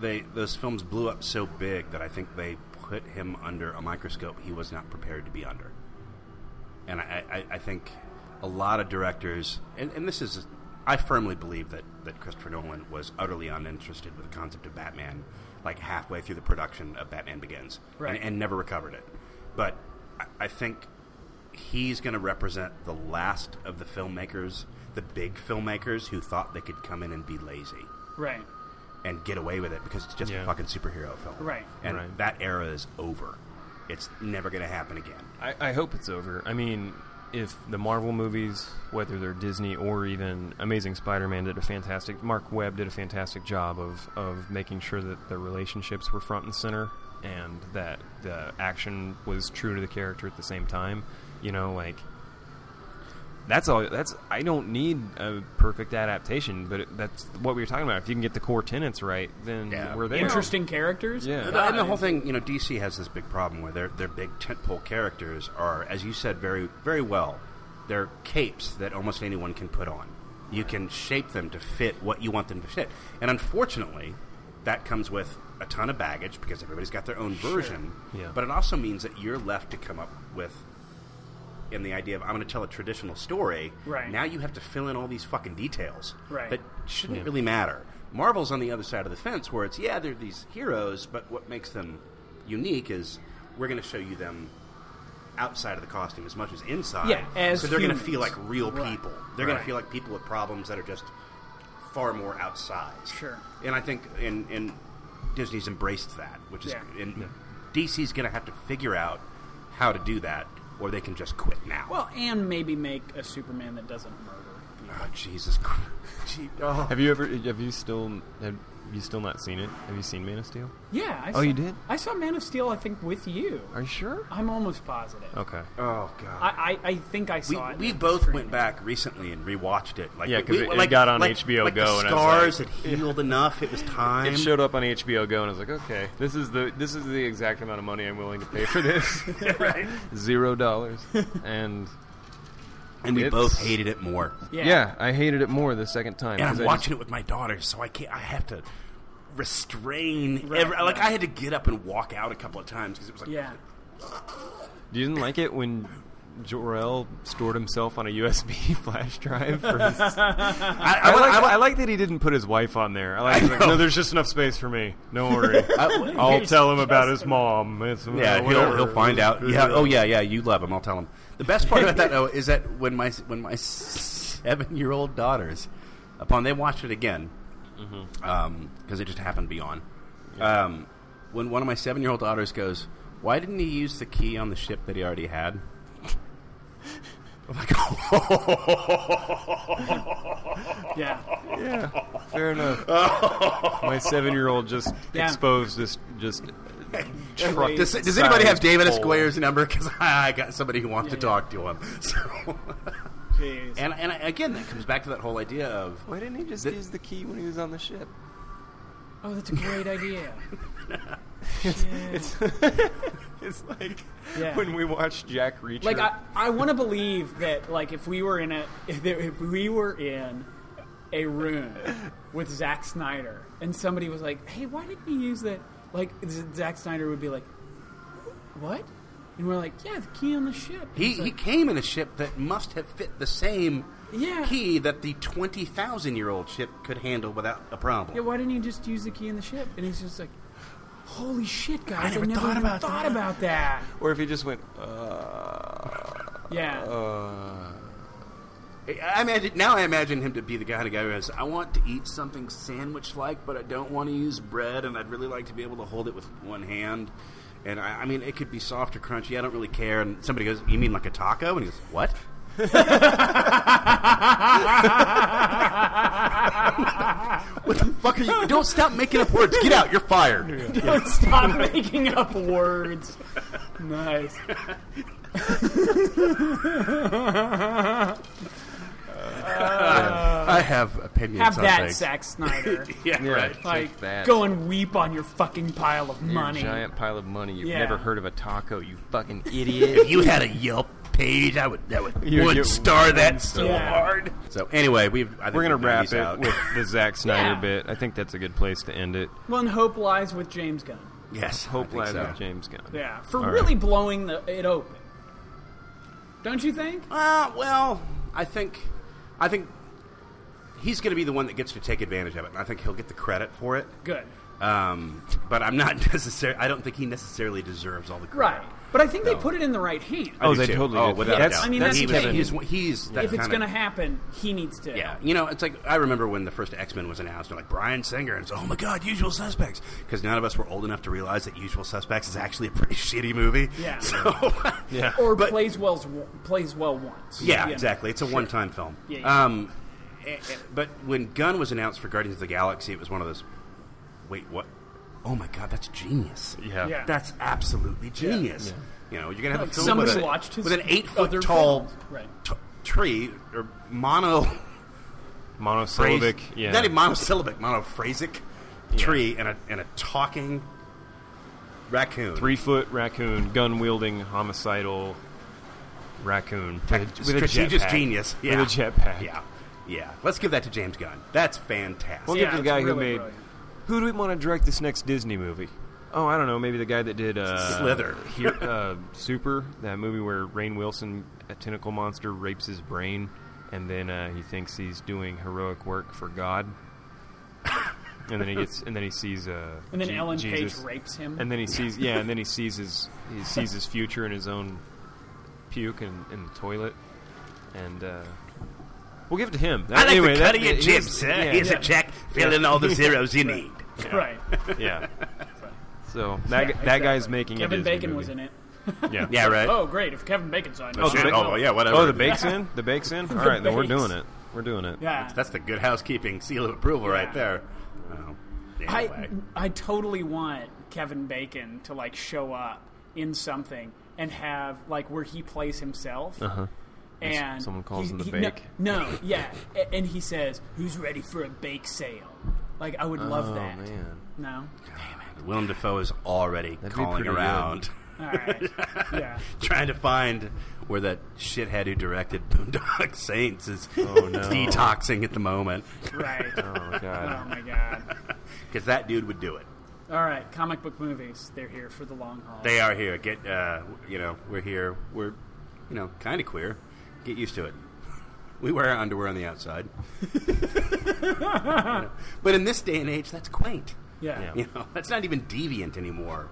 Speaker 3: they those films blew up so big that I think they put him under a microscope he was not prepared to be under, and I, I, I think a lot of directors and, and this is I firmly believe that that Christopher Nolan was utterly uninterested with the concept of Batman like halfway through the production of Batman Begins
Speaker 2: Right.
Speaker 3: and, and never recovered it, but I, I think he's going to represent the last of the filmmakers, the big filmmakers who thought they could come in and be lazy
Speaker 2: Right.
Speaker 3: and get away with it because it's just
Speaker 1: Yeah.
Speaker 3: a fucking superhero film.
Speaker 2: Right.
Speaker 3: And
Speaker 1: Right.
Speaker 3: that era is over. It's never going to happen again.
Speaker 1: I, I hope it's over. I mean, if the Marvel movies, whether they're Disney or even Amazing Spider-Man, did a fantastic, Mark Webb did a fantastic job of of making sure that the relationships were front and center, and that the action was true to the character at the same time. You know, like that's all. That's I don't need a perfect adaptation, but it, that's what we were talking about. If you can get the core tenets right, then
Speaker 3: Yeah.
Speaker 1: we're there.
Speaker 2: Interesting characters.
Speaker 1: Yeah.
Speaker 3: and the whole thing, you know, DC has this big problem where their their big tentpole characters are, as you said very very well, they're capes that almost anyone can put on. You can shape them to fit what you want them to fit, and unfortunately, that comes with a ton of baggage because everybody's got their own version.
Speaker 1: Yeah.
Speaker 3: But it also means that you're left to come up with. In the idea of I'm going to tell a traditional story,
Speaker 2: Right.
Speaker 3: now you have to fill in all these fucking details
Speaker 2: Right.
Speaker 3: that shouldn't really matter. Marvel's on the other side of the fence where it's, yeah, they're these heroes, but what makes them unique is we're going to show you them outside of the costume as much as inside.
Speaker 2: Yeah, as
Speaker 3: so they're going to
Speaker 2: humans.
Speaker 3: feel like real
Speaker 2: Right.
Speaker 3: people. They're going
Speaker 2: Right.
Speaker 3: to feel like people with problems that are just far more outsized.
Speaker 2: Sure.
Speaker 3: And I think and and Disney's embraced that, which is
Speaker 2: Yeah.
Speaker 3: and DC's going to have to figure out how to do that or they can just quit now.
Speaker 2: Well, and maybe make a Superman that doesn't murder.
Speaker 3: oh, Jesus Christ. Gee, oh.
Speaker 1: Have you ever? Have you still? Have you still not seen it? Have you seen Man of Steel?
Speaker 2: Yeah. I
Speaker 1: Oh, you did?
Speaker 2: I saw Man of Steel. I think with you.
Speaker 1: Are you sure?
Speaker 2: I'm almost positive.
Speaker 1: Okay.
Speaker 3: Oh god.
Speaker 2: I, I, I think I
Speaker 3: we,
Speaker 2: saw it.
Speaker 3: we
Speaker 2: at the
Speaker 3: both
Speaker 2: screening.
Speaker 3: went back recently and rewatched it. Like
Speaker 1: Yeah, 'cause
Speaker 3: we,
Speaker 1: it- it
Speaker 3: like,
Speaker 1: got on
Speaker 3: like-
Speaker 1: HBO
Speaker 3: like
Speaker 1: Go,
Speaker 3: The
Speaker 1: and I was
Speaker 3: scars had healed enough. It was time.
Speaker 1: It showed up on HBO Go, and I was like, okay, this is the this is the exact amount of money I'm willing to pay for this.
Speaker 3: right.
Speaker 1: Zero dollars. And
Speaker 3: And we
Speaker 1: It's-
Speaker 3: both hated it more.
Speaker 1: yeah. I hated it more the second time.
Speaker 3: And
Speaker 1: 'cause
Speaker 3: I'm
Speaker 1: I
Speaker 3: watching it with my daughter, so I can't. I have to restrain.
Speaker 2: Right,
Speaker 3: every, Like
Speaker 2: right.
Speaker 3: I had to get up and walk out a couple of times because it was like.
Speaker 2: Yeah.
Speaker 1: Just, you didn't like it when Jor-El stored himself on a USB flash drive. For his, I,
Speaker 3: I, I,
Speaker 1: like,
Speaker 3: I,
Speaker 1: I like that he didn't put his wife on there. I like, he's like,
Speaker 3: know.
Speaker 1: no, there's just enough space for me. No worry. I'll tell him about his mom. It's,
Speaker 3: Yeah, he'll,
Speaker 1: whatever.
Speaker 3: he'll find out. Yeah. Oh yeah, yeah. You love him. I'll tell him. The best part about that though is that when my when my seven year old daughters, upon they watched it again,
Speaker 2: Mm-hmm.
Speaker 3: because it just happened to be on. Um, when one of my seven year old daughters goes, "Why didn't he use the key on the ship that he already had?" I'm like,
Speaker 2: Yeah.
Speaker 1: Yeah, fair enough. My seven-year-old just
Speaker 2: Yeah.
Speaker 1: exposed this. Just truck
Speaker 3: does, does anybody have
Speaker 1: sized
Speaker 3: David
Speaker 1: hole.
Speaker 3: Esquires' number? Because I got somebody who wants to
Speaker 2: Yeah.
Speaker 3: talk to him. So.
Speaker 2: Jeez.
Speaker 3: And, and again, that comes back to that whole idea of
Speaker 4: Why didn't he just
Speaker 3: Th-
Speaker 4: use the key when he was on the ship?
Speaker 2: oh, that's a great idea.
Speaker 1: It's like
Speaker 2: Yeah.
Speaker 1: when we watched Jack Reacher.
Speaker 2: Like I, I want to believe that like if we were in a if, there- if we were in a room with Zack Snyder and somebody was like, "Hey, why didn't you use that?" Like Z- Zack Snyder would be like, "What?" And we're like, "Yeah, the key on the ship."
Speaker 3: He,
Speaker 2: He's
Speaker 3: he
Speaker 2: like,
Speaker 3: came in a ship that must have fit the same
Speaker 2: Yeah.
Speaker 3: key that the 20,000 year old ship could handle without a problem.
Speaker 2: yeah, why didn't you just use the key in the ship? And he's just like, "Holy shit, guys! I
Speaker 3: never
Speaker 2: never
Speaker 3: thought
Speaker 2: even
Speaker 3: about
Speaker 2: thought
Speaker 3: that."
Speaker 2: about that."
Speaker 4: Or if he just went, uh,
Speaker 2: Yeah.
Speaker 1: Uh.
Speaker 3: I imagine, now I imagine him to be the kind of guy who goes, I want to eat something sandwich like, but I don't want to use bread, and I'd really like to be able to hold it with one hand. And I, I mean, it could be soft or crunchy. I don't really care. And somebody goes, You mean like a taco? And he goes, What? what the fuck Motherfucker, you don't stop making up words. Get out. You're fired.
Speaker 2: Don't stop making up words. Nice.
Speaker 3: Uh, I have opinions
Speaker 2: Have
Speaker 3: on
Speaker 2: that,
Speaker 3: things.
Speaker 2: Zack Snyder.
Speaker 6: Yeah, right.
Speaker 2: Like,
Speaker 1: that.
Speaker 2: go and weep on your fucking pile of
Speaker 1: Your
Speaker 2: money.
Speaker 1: giant pile of money. You've
Speaker 2: Yeah.
Speaker 1: never heard of a taco, you fucking idiot.
Speaker 3: If you had a Yelp page, I would, I would
Speaker 1: You-
Speaker 3: one
Speaker 1: you-
Speaker 3: star that so
Speaker 2: Yeah.
Speaker 3: hard. So anyway, we've I think
Speaker 1: We're gonna
Speaker 3: we've got
Speaker 1: wrap
Speaker 3: these
Speaker 1: it
Speaker 3: out.
Speaker 1: with the Zack Snyder
Speaker 2: Yeah.
Speaker 1: bit. I think that's a good place to end it.
Speaker 2: Well, and hope lies with James Gunn.
Speaker 3: yes, I
Speaker 1: Hope
Speaker 3: think
Speaker 1: live
Speaker 3: so.
Speaker 1: with James Gunn.
Speaker 2: Yeah, for
Speaker 1: All
Speaker 2: really
Speaker 1: right.
Speaker 2: blowing the, it open. Don't you think?
Speaker 3: Uh, well, I think, I think he's going to be the one that gets to take advantage of it, and I think he'll get the credit for it.
Speaker 2: Good.
Speaker 3: Um, but I'm not necessarily. I don't think he necessarily deserves all the credit.
Speaker 2: Right. But I think they put it in the right hand.
Speaker 3: I
Speaker 1: Oh,
Speaker 3: do
Speaker 1: they
Speaker 3: too.
Speaker 1: totally
Speaker 3: Oh,
Speaker 1: did.
Speaker 3: without
Speaker 1: That's-
Speaker 3: a doubt.
Speaker 2: I mean, that's
Speaker 3: he
Speaker 2: the
Speaker 3: was-
Speaker 2: thing.
Speaker 3: He's, he's that
Speaker 2: if it's
Speaker 3: kinda-
Speaker 2: going to happen, he needs to.
Speaker 3: Yeah, you know, it's like I remember when the first X Men was announced. They're like Brian Singer, and it's oh my god, Usual Suspects, because none of us were old enough to realize that Usual Suspects is actually a pretty shitty movie.
Speaker 2: Yeah.
Speaker 3: So
Speaker 1: Yeah.
Speaker 2: Or
Speaker 3: But-
Speaker 2: plays, well, plays well once.
Speaker 3: Yeah,
Speaker 2: You know.
Speaker 3: exactly. It's a one-time film.
Speaker 2: Yeah, yeah.
Speaker 3: Um, eh, eh, but when Gunn was announced for Guardians of the Galaxy, it was one of those. Wait, what? Oh my God, that's genius!
Speaker 1: Yeah.
Speaker 2: Yeah.
Speaker 3: That's absolutely genius. You know, you're gonna have
Speaker 2: Like
Speaker 3: a film
Speaker 2: somebody
Speaker 3: with, a-
Speaker 2: watched his
Speaker 3: with an
Speaker 2: other
Speaker 3: eight-foot tall
Speaker 2: films. Right.
Speaker 3: t- tree or mono
Speaker 1: Monosyllabic. Yeah.
Speaker 3: not even monosyllabic, monophrasic tree and a and a talking raccoon.
Speaker 1: Three foot raccoon, gun wielding, homicidal raccoon. With a- with a
Speaker 3: strategic
Speaker 1: jetpack.
Speaker 3: genius. Yeah.
Speaker 1: With a jetpack.
Speaker 3: Yeah, yeah. Let's give that to James Gunn. That's fantastic.
Speaker 1: We'll
Speaker 2: Yeah,
Speaker 1: give it to the
Speaker 2: it's
Speaker 1: guy who
Speaker 2: really
Speaker 1: made.
Speaker 2: brilliant.
Speaker 1: Who do we want to direct this next Disney movie? Oh, I don't know. Maybe the guy that did uh,
Speaker 3: Slither.
Speaker 1: Here, uh, Super, that movie where Rain Wilson, a tentacle monster, rapes his brain, and then uh, he thinks he's doing heroic work for God. and then he gets, and then he sees, uh,
Speaker 2: And then
Speaker 1: Je-
Speaker 2: Ellen
Speaker 1: Jesus.
Speaker 2: Page rapes him.
Speaker 1: and then he sees, yeah, and then he sees his, he sees his future in his own puke in, in the toilet, and uh, we'll give it to him.
Speaker 3: I like
Speaker 1: anyway,
Speaker 3: the cut
Speaker 1: that-
Speaker 3: of your
Speaker 1: he's-
Speaker 3: jib, sir.
Speaker 1: yeah.
Speaker 3: Here's a check. Fill in all the zeros you need.
Speaker 2: Right.
Speaker 1: Yeah. So that
Speaker 2: Yeah,
Speaker 1: that
Speaker 2: exactly.
Speaker 1: guy's making
Speaker 2: Kevin
Speaker 1: a Disney
Speaker 2: Bacon
Speaker 1: movie.
Speaker 2: was in it.
Speaker 1: Yeah.
Speaker 3: Yeah, right.
Speaker 2: Oh, great. If Kevin Bacon's on it.
Speaker 1: Oh,
Speaker 2: I'm
Speaker 1: shit.
Speaker 2: like,
Speaker 1: Oh,
Speaker 2: well,
Speaker 3: yeah, whatever.
Speaker 1: Oh, the bake's in. The bake's in. All right, then we're
Speaker 2: bakes.
Speaker 1: doing it. We're doing it.
Speaker 2: Yeah.
Speaker 3: That's the good housekeeping seal of approval right
Speaker 2: Yeah.
Speaker 3: there. Well,
Speaker 2: I,
Speaker 3: anyway.
Speaker 2: I totally want Kevin Bacon to like show up in something and have like where he plays himself. Uh-huh. And
Speaker 1: Someone calls
Speaker 2: he-
Speaker 1: him the
Speaker 2: he-
Speaker 1: bake.
Speaker 2: No, no, yeah, A- and he says, "Who's ready for a bake sale?" Like I would love
Speaker 1: Oh
Speaker 2: that.
Speaker 1: man.
Speaker 2: No,
Speaker 3: Willem Dafoe is already
Speaker 1: be
Speaker 3: calling
Speaker 1: pretty good.
Speaker 3: around,
Speaker 2: all right, yeah.
Speaker 3: trying to find where that shithead who directed Boondock Saints is
Speaker 1: Oh, no.
Speaker 3: detoxing at the moment.
Speaker 2: Right.
Speaker 1: Oh
Speaker 2: Oh
Speaker 1: god.
Speaker 2: my god.
Speaker 3: Because that dude would do it.
Speaker 2: All right, comic book movies. They're here for the long haul.
Speaker 3: They are here. Get, uh, you know, we're here. We're, you know, kind of queer. Get used to it. We wear our underwear on the outside. but in this day and age, that's quaint.
Speaker 2: yeah.
Speaker 1: Yeah.
Speaker 3: You know, that's not even deviant anymore.